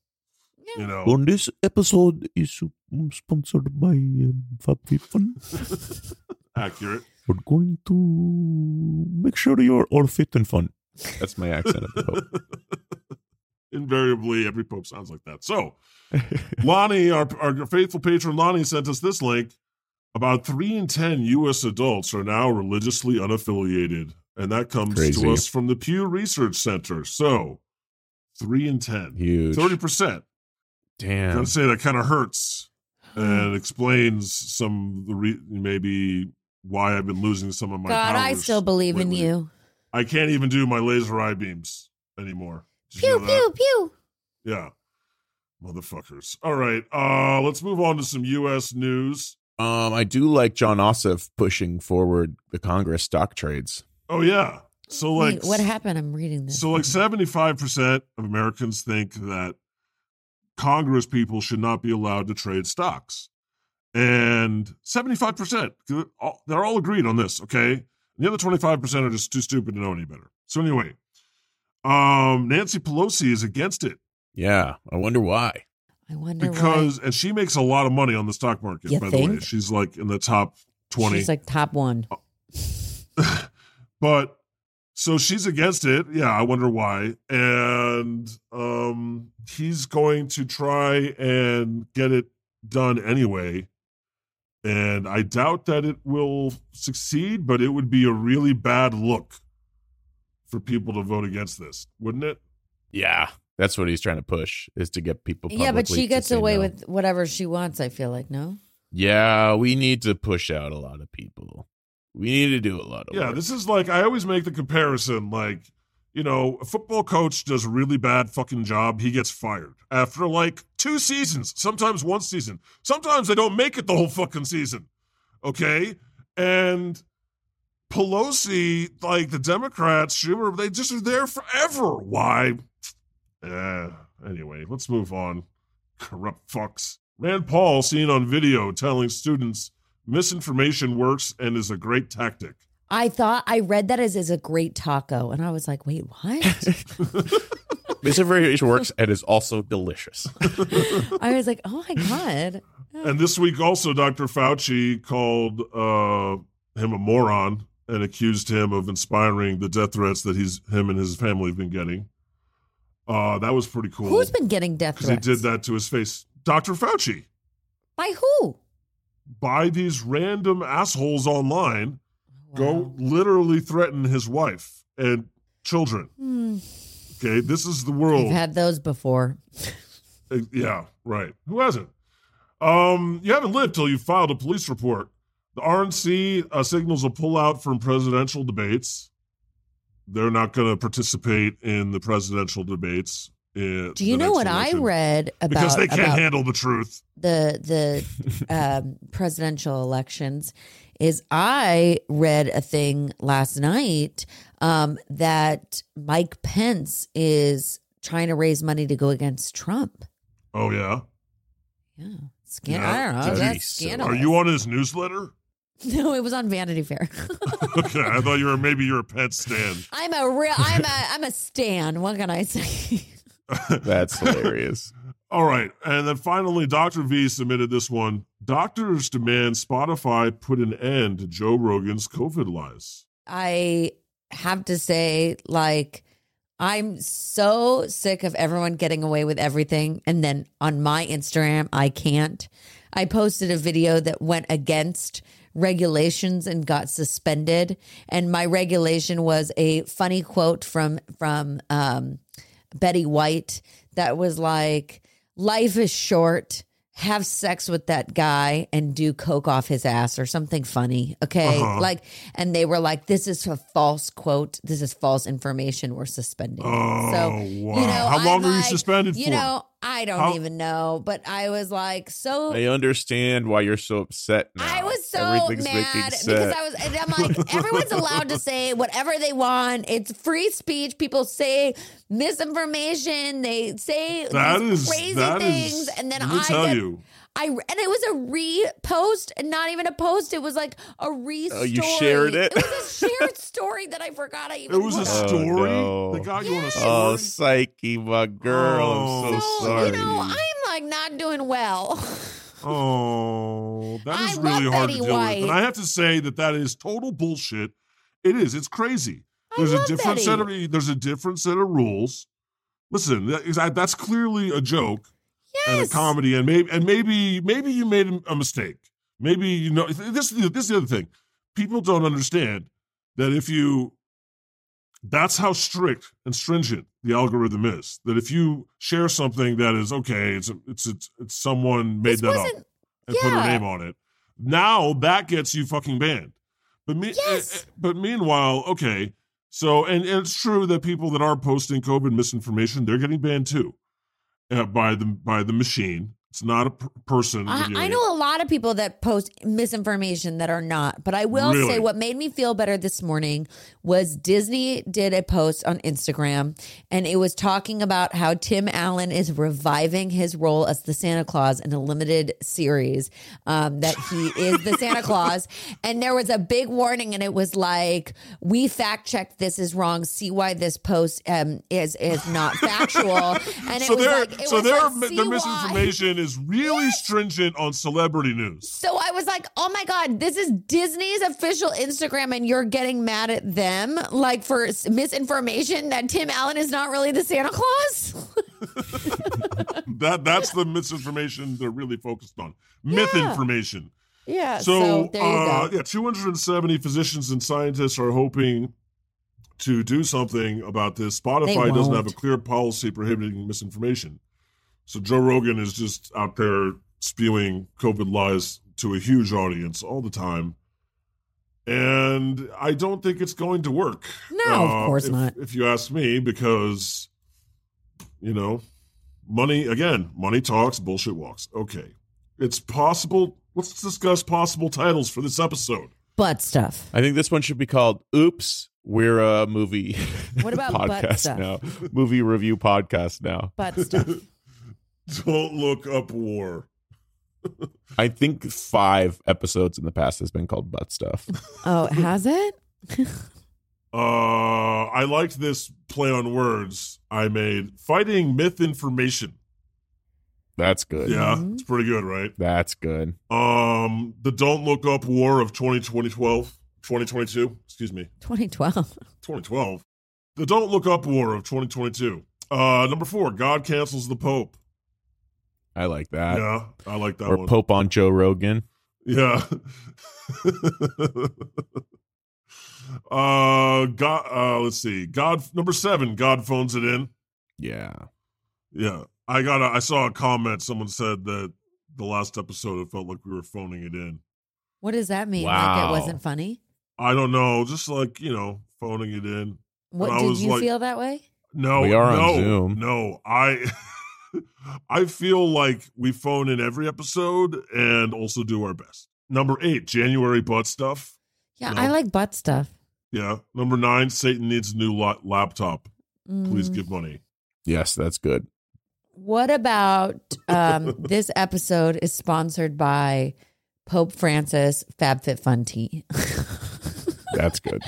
[SPEAKER 3] You know,
[SPEAKER 4] On this episode is um, sponsored by um, FabFitFun.
[SPEAKER 3] accurate.
[SPEAKER 4] We're going to make sure you're all fit and fun.
[SPEAKER 2] That's my accent of the Pope.
[SPEAKER 3] Invariably, every pope sounds like that. So, Lonnie, our, our faithful patron Lonnie, sent us this link. About three in 10 U.S. adults are now religiously unaffiliated. And that comes
[SPEAKER 2] Crazy.
[SPEAKER 3] to us from the Pew Research Center. So, three in 10.
[SPEAKER 2] Huge.
[SPEAKER 3] 30%. I'm
[SPEAKER 2] Damn.
[SPEAKER 3] going to say that kind of hurts and explains some of the re- maybe why I've been losing some of my
[SPEAKER 1] God, I
[SPEAKER 3] powers
[SPEAKER 1] still believe in
[SPEAKER 3] lately.
[SPEAKER 1] you.
[SPEAKER 3] I can't even do my laser eye beams anymore. Did you
[SPEAKER 1] Pew
[SPEAKER 3] know that?
[SPEAKER 1] pew pew.
[SPEAKER 3] Yeah. Motherfuckers. All right. Uh let's move on to some US news.
[SPEAKER 2] Um, I do like John Ossoff pushing forward the Congress stock trades.
[SPEAKER 3] Oh yeah. So like
[SPEAKER 1] Wait, what happened? I'm reading this.
[SPEAKER 3] So like 75% of Americans think that Congress people should not be allowed to trade stocks. And 75%, all- they're all agreed on this, okay? The other 25% are just too stupid to know any better. So anyway, um Nancy Pelosi is against it.
[SPEAKER 2] Yeah, I wonder why.
[SPEAKER 1] I wonder why.
[SPEAKER 3] because and she makes a lot of money on the stock market
[SPEAKER 1] You
[SPEAKER 3] by the way
[SPEAKER 1] think?
[SPEAKER 3] she's like in the top 20
[SPEAKER 1] She's like top one.
[SPEAKER 3] Oh, but so she's against it yeah i wonder why and um he's going to try and get it done anyway and i doubt that it will succeed but it would be a really bad look for people to vote against this wouldn't it
[SPEAKER 2] Yeah, that's what he's trying to push is to get people.
[SPEAKER 1] Yeah, but
[SPEAKER 2] publicly
[SPEAKER 1] she
[SPEAKER 2] to
[SPEAKER 1] gets
[SPEAKER 2] say
[SPEAKER 1] away
[SPEAKER 2] no.
[SPEAKER 1] with whatever she wants, I feel like, no?
[SPEAKER 2] Yeah, we need to push out a lot of people. We need to do a lot of.
[SPEAKER 3] Yeah,
[SPEAKER 2] work.
[SPEAKER 3] this is like I always make the comparison like, you know, a football coach does a really bad fucking job, he gets fired after like two seasons, sometimes one season. Sometimes they don't make it the whole fucking season. Okay? And Pelosi, like the Democrats, Schumer, they just are there forever. Why? Uh, anyway, let's move on. Corrupt fucks. Rand Paul seen on video telling students misinformation works and is a great tactic.
[SPEAKER 1] I thought I read that as is a great taco, and I was like, "Wait, what?"
[SPEAKER 2] misinformation works and is also delicious.
[SPEAKER 1] I was like, "Oh my god!"
[SPEAKER 3] And this week also, Dr. Fauci called uh, him a moron and accused him of inspiring the death threats that he's him and his family have been getting. Uh, that was pretty cool.
[SPEAKER 1] Who's been getting death
[SPEAKER 3] Because he
[SPEAKER 1] threats?
[SPEAKER 3] did that to his face. Dr. Fauci,
[SPEAKER 1] by who?
[SPEAKER 3] by these random assholes online, go
[SPEAKER 1] Wow.
[SPEAKER 3] literally threaten his wife and children.
[SPEAKER 1] Hmm.
[SPEAKER 3] Okay, this is the
[SPEAKER 1] I've
[SPEAKER 3] world.
[SPEAKER 1] had those before.
[SPEAKER 3] Uh, Yeah, right. Who hasn't? Um, you haven't lived till you filed a police report. The RNC uh, signals a pullout from presidential debates. They're not going to participate in the presidential debates. eh, Do
[SPEAKER 1] Do you know what I read about?
[SPEAKER 3] Because they can't
[SPEAKER 1] about-
[SPEAKER 3] handle the truth.
[SPEAKER 1] the the um, presidential elections is I read a thing last night um, that Mike Pence is trying to raise money to go against Trump.
[SPEAKER 3] Oh yeah.
[SPEAKER 1] Yeah, Scan-
[SPEAKER 3] Yeah.
[SPEAKER 1] I don't know.
[SPEAKER 2] Jeez.
[SPEAKER 1] That's
[SPEAKER 3] Are
[SPEAKER 1] scandalous.
[SPEAKER 3] you on his newsletter?
[SPEAKER 1] No, it was on Vanity Fair.
[SPEAKER 3] okay, I thought you were maybe you're a pet stand.
[SPEAKER 1] I'm a real. I'm a. I'm a stan. What can I say?
[SPEAKER 2] That's hilarious.
[SPEAKER 3] All right. And then finally, Dr. V submitted this one. Doctors demand Spotify put an end to Joe Rogan's COVID lies.
[SPEAKER 1] I have to say, like, I'm so sick of everyone getting away with everything. And then on my Instagram, I can't. I posted a video that went against regulations and got suspended. And my regulation was a funny quote from from um, Betty White that was like, "Life is short." Have sex with that guy and do coke off his ass or something funny. Okay.
[SPEAKER 3] Uh-huh.
[SPEAKER 1] Like, and they were like, this is a false quote. This is false information. We're suspending. you."
[SPEAKER 3] Oh,
[SPEAKER 1] so,
[SPEAKER 3] wow.
[SPEAKER 1] you know,
[SPEAKER 3] How long
[SPEAKER 1] I'm
[SPEAKER 3] are you
[SPEAKER 1] like,
[SPEAKER 3] suspended
[SPEAKER 1] you
[SPEAKER 3] for?
[SPEAKER 1] know, I don't
[SPEAKER 3] How-
[SPEAKER 1] even know, but I was like so
[SPEAKER 2] I understand why you're so upset now.
[SPEAKER 1] I was so
[SPEAKER 2] Everything's making
[SPEAKER 1] mad because
[SPEAKER 2] sense.
[SPEAKER 1] I was, and I'm like, everyone's allowed to say whatever they want. It's free speech. People say misinformation. They say
[SPEAKER 3] That
[SPEAKER 1] these
[SPEAKER 3] is
[SPEAKER 1] crazy
[SPEAKER 3] that
[SPEAKER 1] things,
[SPEAKER 3] is-
[SPEAKER 1] and then
[SPEAKER 3] let me
[SPEAKER 1] I
[SPEAKER 3] tell
[SPEAKER 1] get,
[SPEAKER 3] you,
[SPEAKER 1] I and it was a repost, and not even a post. It was like a restory.
[SPEAKER 2] Oh, you shared it?
[SPEAKER 1] It was a shared story that I forgot I
[SPEAKER 3] it
[SPEAKER 1] even.
[SPEAKER 3] was a
[SPEAKER 1] put
[SPEAKER 2] Oh,
[SPEAKER 1] up.
[SPEAKER 3] story.
[SPEAKER 2] no.
[SPEAKER 3] They got you on a
[SPEAKER 1] Yes.
[SPEAKER 3] story.
[SPEAKER 2] Oh, Psyche, my girl. I'm so,
[SPEAKER 3] Oh,
[SPEAKER 1] so
[SPEAKER 2] sorry.
[SPEAKER 1] you know, I'm like not doing well.
[SPEAKER 3] Oh, that is
[SPEAKER 1] I
[SPEAKER 3] really
[SPEAKER 1] love
[SPEAKER 3] hard
[SPEAKER 1] Betty
[SPEAKER 3] to deal
[SPEAKER 1] White.
[SPEAKER 3] with. And I have to say that that is total bullshit. It is. It's crazy.
[SPEAKER 1] I
[SPEAKER 3] There's a
[SPEAKER 1] love
[SPEAKER 3] different
[SPEAKER 1] Betty.
[SPEAKER 3] set of there's a different set of rules. Listen, that is, I, that's clearly a joke and a
[SPEAKER 1] Yes.
[SPEAKER 3] comedy, and maybe and maybe maybe you made a mistake. Maybe you know this. This is the other thing. People don't understand that if you that's how strict and stringent the algorithm is. That if you share something that is okay, it's it's it's, it's someone made
[SPEAKER 1] This
[SPEAKER 3] that up
[SPEAKER 1] wasn't-
[SPEAKER 3] and put her
[SPEAKER 1] Yeah.
[SPEAKER 3] name on it. Now that gets you fucking banned. But me,
[SPEAKER 1] Yes.
[SPEAKER 3] eh, eh, but meanwhile, okay. So and, and it's true that people that are posting COVID misinformation, they're getting banned too uh, by the by the machine. It's not a per- person.
[SPEAKER 1] I,
[SPEAKER 3] reviewing
[SPEAKER 1] I
[SPEAKER 3] it.
[SPEAKER 1] know a lot of people that post misinformation that are not, but I will
[SPEAKER 3] Really?
[SPEAKER 1] say what made me feel better this morning was Disney did a post on Instagram and it was talking about how Tim Allen is reviving his role as the Santa Claus in a limited series, um, that he is the Santa Claus. And there was a big warning and it was like, we fact checked this is wrong. See why this post um, is is not factual. And it
[SPEAKER 3] So
[SPEAKER 1] was
[SPEAKER 3] their
[SPEAKER 1] like, it
[SPEAKER 3] so
[SPEAKER 1] was
[SPEAKER 3] their
[SPEAKER 1] like,
[SPEAKER 3] mi-
[SPEAKER 1] "See
[SPEAKER 3] their
[SPEAKER 1] why."
[SPEAKER 3] misinformation is really stringent on celebrity news.
[SPEAKER 1] So I was like, oh my God, this is Disney's official Instagram, and you're getting mad at them, like for s- misinformation that Tim Allen is not really the Santa Claus?
[SPEAKER 3] That that's the misinformation they're really focused on. Myth information.
[SPEAKER 1] Yeah.
[SPEAKER 3] So,
[SPEAKER 1] there you
[SPEAKER 3] uh,
[SPEAKER 1] go.
[SPEAKER 3] yeah, 270 physicians and scientists are hoping to do something about this. Spotify doesn't have a
[SPEAKER 1] won't.
[SPEAKER 3] clear policy prohibiting misinformation. So Joe Rogan is just out there spewing COVID lies to a huge audience all the time. And I don't think it's going to work.
[SPEAKER 1] No, of course
[SPEAKER 3] uh, if-
[SPEAKER 1] not.
[SPEAKER 3] If you ask me, because, you know, money, again, money talks, bullshit walks. Okay. It's possible. Let's discuss possible titles for this episode.
[SPEAKER 1] Butt stuff.
[SPEAKER 2] I think this one should be called "Oops, We're a Movie."
[SPEAKER 1] What about butt
[SPEAKER 2] podcast
[SPEAKER 1] stuff?
[SPEAKER 2] now? Movie review podcast now.
[SPEAKER 1] Butt stuff.
[SPEAKER 3] Don't look up war.
[SPEAKER 2] I think five episodes in the past has been called "Butt Stuff."
[SPEAKER 1] Oh, has it?
[SPEAKER 3] Uh, I liked this play on words I made. Fighting myth information.
[SPEAKER 2] That's good.
[SPEAKER 3] Yeah,
[SPEAKER 1] Mm-hmm.
[SPEAKER 3] it's pretty good, right?
[SPEAKER 2] That's good.
[SPEAKER 3] Um, the Don't Look Up War of 2012, 2022, excuse me,
[SPEAKER 1] 2012.
[SPEAKER 3] 2012. The Don't Look Up War of 2022. Uh, number four, God cancels the Pope.
[SPEAKER 2] I like that.
[SPEAKER 3] Yeah, I like that
[SPEAKER 2] Uh, or
[SPEAKER 3] one.
[SPEAKER 2] Pope on Joe Rogan.
[SPEAKER 3] Yeah. uh, God. Uh, let's see. God number seven. God phones it in.
[SPEAKER 2] Yeah.
[SPEAKER 3] Yeah, I got. A, I saw a comment. Someone said that the last episode it felt like we were phoning it in.
[SPEAKER 1] What does that mean? Like
[SPEAKER 2] Wow.
[SPEAKER 1] it wasn't funny?
[SPEAKER 3] I don't know. Just like you know, phoning it in.
[SPEAKER 1] What
[SPEAKER 3] I
[SPEAKER 1] did
[SPEAKER 3] was
[SPEAKER 1] you
[SPEAKER 3] like-
[SPEAKER 1] feel that way?
[SPEAKER 3] No,
[SPEAKER 2] We are on
[SPEAKER 3] no,
[SPEAKER 2] Zoom.
[SPEAKER 3] No, I. I feel like we phone in every episode and also do our best. Number eight, January butt stuff.
[SPEAKER 1] Yeah,
[SPEAKER 3] No.
[SPEAKER 1] I like butt stuff.
[SPEAKER 3] Yeah. Number nine, Satan needs a new la- laptop. Please
[SPEAKER 1] Mm.
[SPEAKER 3] give money.
[SPEAKER 2] Yes, that's good.
[SPEAKER 1] What about um, this episode is sponsored by Pope Francis FabFitFun Tea?
[SPEAKER 2] That's good.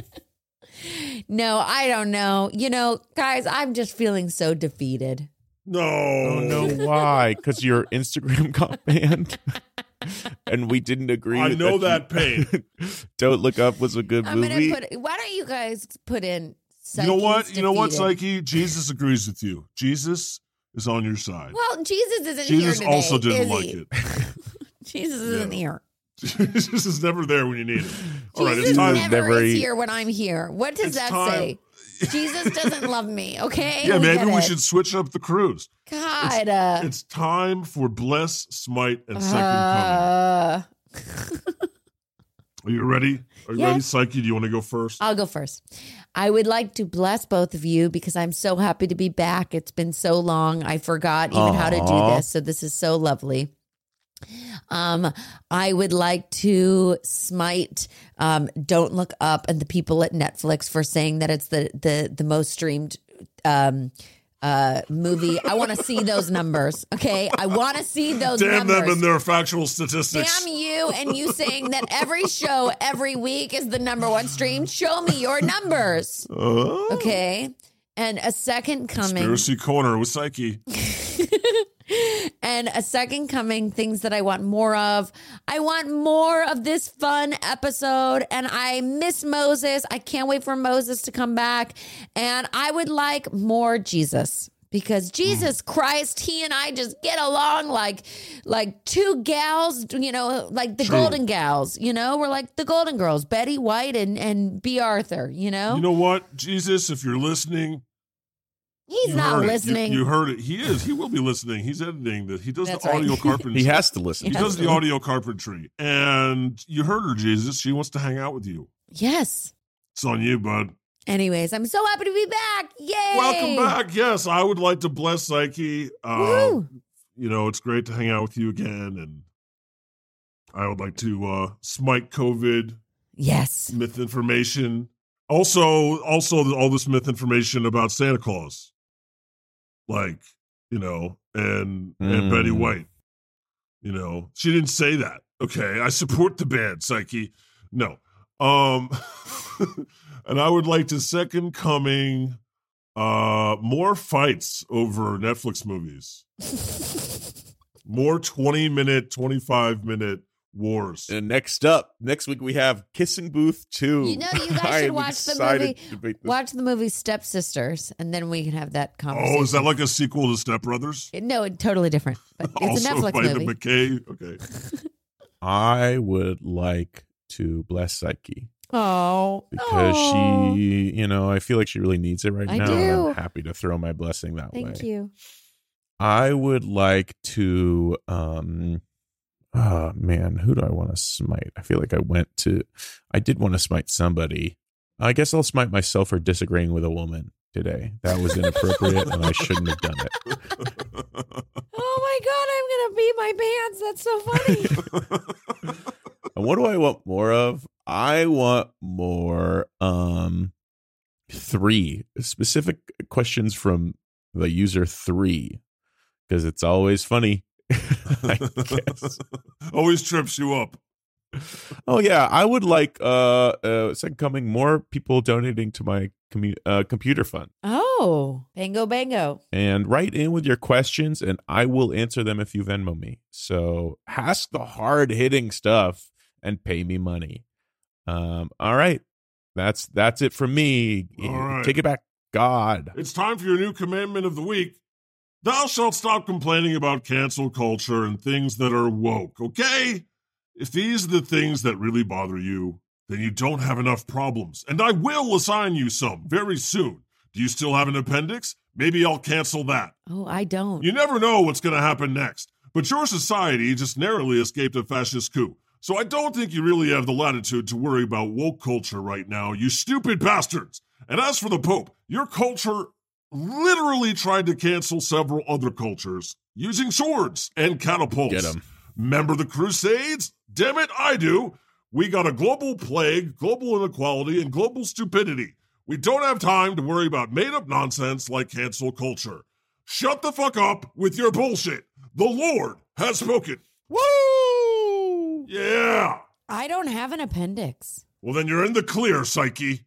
[SPEAKER 1] No, I don't know. You know, guys, I'm just feeling so defeated.
[SPEAKER 3] No.
[SPEAKER 2] Oh no, why? Because your Instagram got banned, and we didn't agree.
[SPEAKER 3] I know that
[SPEAKER 2] you- Don't look up was a good
[SPEAKER 1] I'm
[SPEAKER 2] movie.
[SPEAKER 1] gonna put. Why don't you guys put in?
[SPEAKER 3] You know what?
[SPEAKER 1] Psyche's
[SPEAKER 3] You know what,
[SPEAKER 1] defeated?
[SPEAKER 3] Psyche? Jesus agrees with you. Jesus is on your side.
[SPEAKER 1] Well, Jesus isn't here
[SPEAKER 3] Jesus
[SPEAKER 1] today.
[SPEAKER 3] also didn't
[SPEAKER 1] is
[SPEAKER 3] like
[SPEAKER 1] he?
[SPEAKER 3] it.
[SPEAKER 1] Jesus isn't
[SPEAKER 3] Yeah.
[SPEAKER 1] here.
[SPEAKER 3] Jesus is never there when you need him. All right, it's
[SPEAKER 1] Jesus
[SPEAKER 3] time.
[SPEAKER 1] never
[SPEAKER 2] Never
[SPEAKER 1] is
[SPEAKER 2] he-
[SPEAKER 1] here when I'm here. What does
[SPEAKER 3] It's
[SPEAKER 1] that
[SPEAKER 3] time-
[SPEAKER 1] say? Jesus doesn't love me. Okay.
[SPEAKER 3] yeah,
[SPEAKER 1] We
[SPEAKER 3] maybe
[SPEAKER 1] get
[SPEAKER 3] we
[SPEAKER 1] it.
[SPEAKER 3] should switch up the cruise.
[SPEAKER 1] God. uh,
[SPEAKER 3] It's time for bless, smite, and second coming.
[SPEAKER 1] uh,
[SPEAKER 3] Are you ready? Are you ready,
[SPEAKER 1] Yes.
[SPEAKER 3] Psyche? Do you want to go first?
[SPEAKER 1] I'll go first. I would like to bless both of you because I'm so happy to be back. It's been so long. I forgot even how to do
[SPEAKER 2] Aw.
[SPEAKER 1] this. So this is so lovely. Um, I would like to smite um, Don't Look Up and the people at Netflix for saying that it's the the the most streamed um uh movie. I want to see those numbers. Okay. I want to see those
[SPEAKER 3] Damn
[SPEAKER 1] numbers.
[SPEAKER 3] them and their factual statistics.
[SPEAKER 1] Damn you and you saying that every show every week is the number one stream. Show me your numbers. Okay. And a second coming.
[SPEAKER 3] Conspiracy corner with Psyche.
[SPEAKER 1] and a second coming, things that I want more of. I want more of this fun episode. And I miss Moses. I can't wait for Moses to come back. And I would like more Jesus. Because
[SPEAKER 3] Mm.
[SPEAKER 1] Jesus Christ, he and I just get along like like two gals, you know, like the golden gals, you know, we're like the golden girls, Betty White and and B. Arthur, you know?
[SPEAKER 3] You know what, Jesus? If you're listening,
[SPEAKER 1] He's
[SPEAKER 3] you
[SPEAKER 1] not
[SPEAKER 3] heard it. You-
[SPEAKER 1] listening.
[SPEAKER 3] You, heard it. He is. He will be listening. He's editing this. He does
[SPEAKER 1] That's
[SPEAKER 3] the
[SPEAKER 1] right.
[SPEAKER 3] audio carpentry.
[SPEAKER 2] He has to listen.
[SPEAKER 3] He
[SPEAKER 1] Yeah.
[SPEAKER 3] does the audio carpentry. And you heard her, Jesus. She wants to hang out with you.
[SPEAKER 1] yes.
[SPEAKER 3] It's on you, bud.
[SPEAKER 1] Anyways, I'm so happy to be back. Yay!
[SPEAKER 3] Welcome back. Yes, I would like to bless Psyche. Uh,
[SPEAKER 1] Woohoo!
[SPEAKER 3] you know, it's great to hang out with you again. And I would like to uh, smite COVID
[SPEAKER 1] Yes.
[SPEAKER 3] myth information. Also, also all this myth information about Santa Claus, like you know, and and
[SPEAKER 2] Mm.
[SPEAKER 3] Betty White. You know, she didn't say that. Okay, I support the band, Psyche. No, um, and I would like to second coming, uh, more fights over Netflix movies, more twenty minute, twenty five minute wars.
[SPEAKER 2] And Uh, next up, next week we have Kissing Booth 2.
[SPEAKER 1] You know, you guys
[SPEAKER 2] I
[SPEAKER 1] should
[SPEAKER 2] am
[SPEAKER 1] watch the
[SPEAKER 2] excited
[SPEAKER 1] movie.
[SPEAKER 2] to make this-
[SPEAKER 1] Watch the movie Stepsisters, and then we can have that conversation.
[SPEAKER 3] oh, is that like a sequel to Step Brothers?
[SPEAKER 1] No, it- totally different. But it's a
[SPEAKER 3] also
[SPEAKER 1] Netflix
[SPEAKER 3] by
[SPEAKER 1] movie.
[SPEAKER 3] the McKay. Okay.
[SPEAKER 2] I would like to bless Psyche
[SPEAKER 1] oh,
[SPEAKER 2] because
[SPEAKER 1] Oh,
[SPEAKER 2] she, you know, I feel like she really needs it right
[SPEAKER 1] I
[SPEAKER 2] now. And
[SPEAKER 1] do.
[SPEAKER 2] I'm happy to throw my blessing that way.
[SPEAKER 1] Thank you.
[SPEAKER 2] I would like to um ah man, who do I want to smite? I feel like I went to I did want to smite somebody. I guess I'll smite myself for disagreeing with a woman today. That was inappropriate and I shouldn't have done it.
[SPEAKER 1] Oh my god, I'm gonna pee my pants. That's so funny.
[SPEAKER 2] And what do I want more of? I want more um three specific questions from the user three because it's always funny. I guess.
[SPEAKER 3] Always trips you up.
[SPEAKER 2] Oh yeah, I would like uh, uh second coming more people donating to my commu- uh, computer fund
[SPEAKER 1] oh, bango bango.
[SPEAKER 2] and write in with your questions and I will answer them if you Venmo me. So ask the hard hitting stuff and pay me money. Um, all right, that's that's it from me.
[SPEAKER 3] All right.
[SPEAKER 2] Take it back, God.
[SPEAKER 3] It's time for your new commandment of the week. Thou shalt stop complaining about cancel culture and things that are woke, okay? If these are the things that really bother you, then you don't have enough problems. And I will assign you some very soon. Do you still have an appendix? Maybe I'll cancel that.
[SPEAKER 1] Oh, I don't.
[SPEAKER 3] You never know what's going to happen next. But your society just narrowly escaped a fascist coup. So I don't think you really have the latitude to worry about woke culture right now, you stupid bastards. And as for the Pope, your culture literally tried to cancel several other cultures using swords and catapults.
[SPEAKER 2] Get 'em.
[SPEAKER 3] Remember the Crusades? Damn it, I do. We got a global plague, global inequality, and global stupidity. We don't have time to worry about made up nonsense like cancel culture. Shut the fuck up with your bullshit. The Lord has spoken.
[SPEAKER 2] Woo!
[SPEAKER 3] Yeah.
[SPEAKER 1] I don't have an appendix.
[SPEAKER 3] Well, then you're in the clear, Psyche.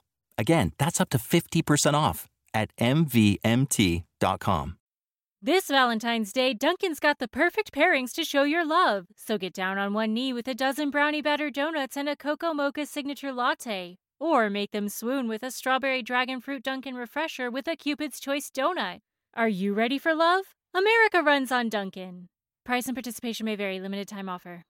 [SPEAKER 5] Again, that's up to 50% off at MVMT.com.
[SPEAKER 6] This Valentine's Day, Dunkin's got the perfect pairings to show your love. So get down on one knee with a dozen brownie batter donuts and a cocoa mocha signature latte. Or make them swoon with a strawberry dragon fruit Dunkin' refresher with a Cupid's Choice donut. Are you ready for love? America runs on Dunkin'. Price and participation may vary, limited time offer.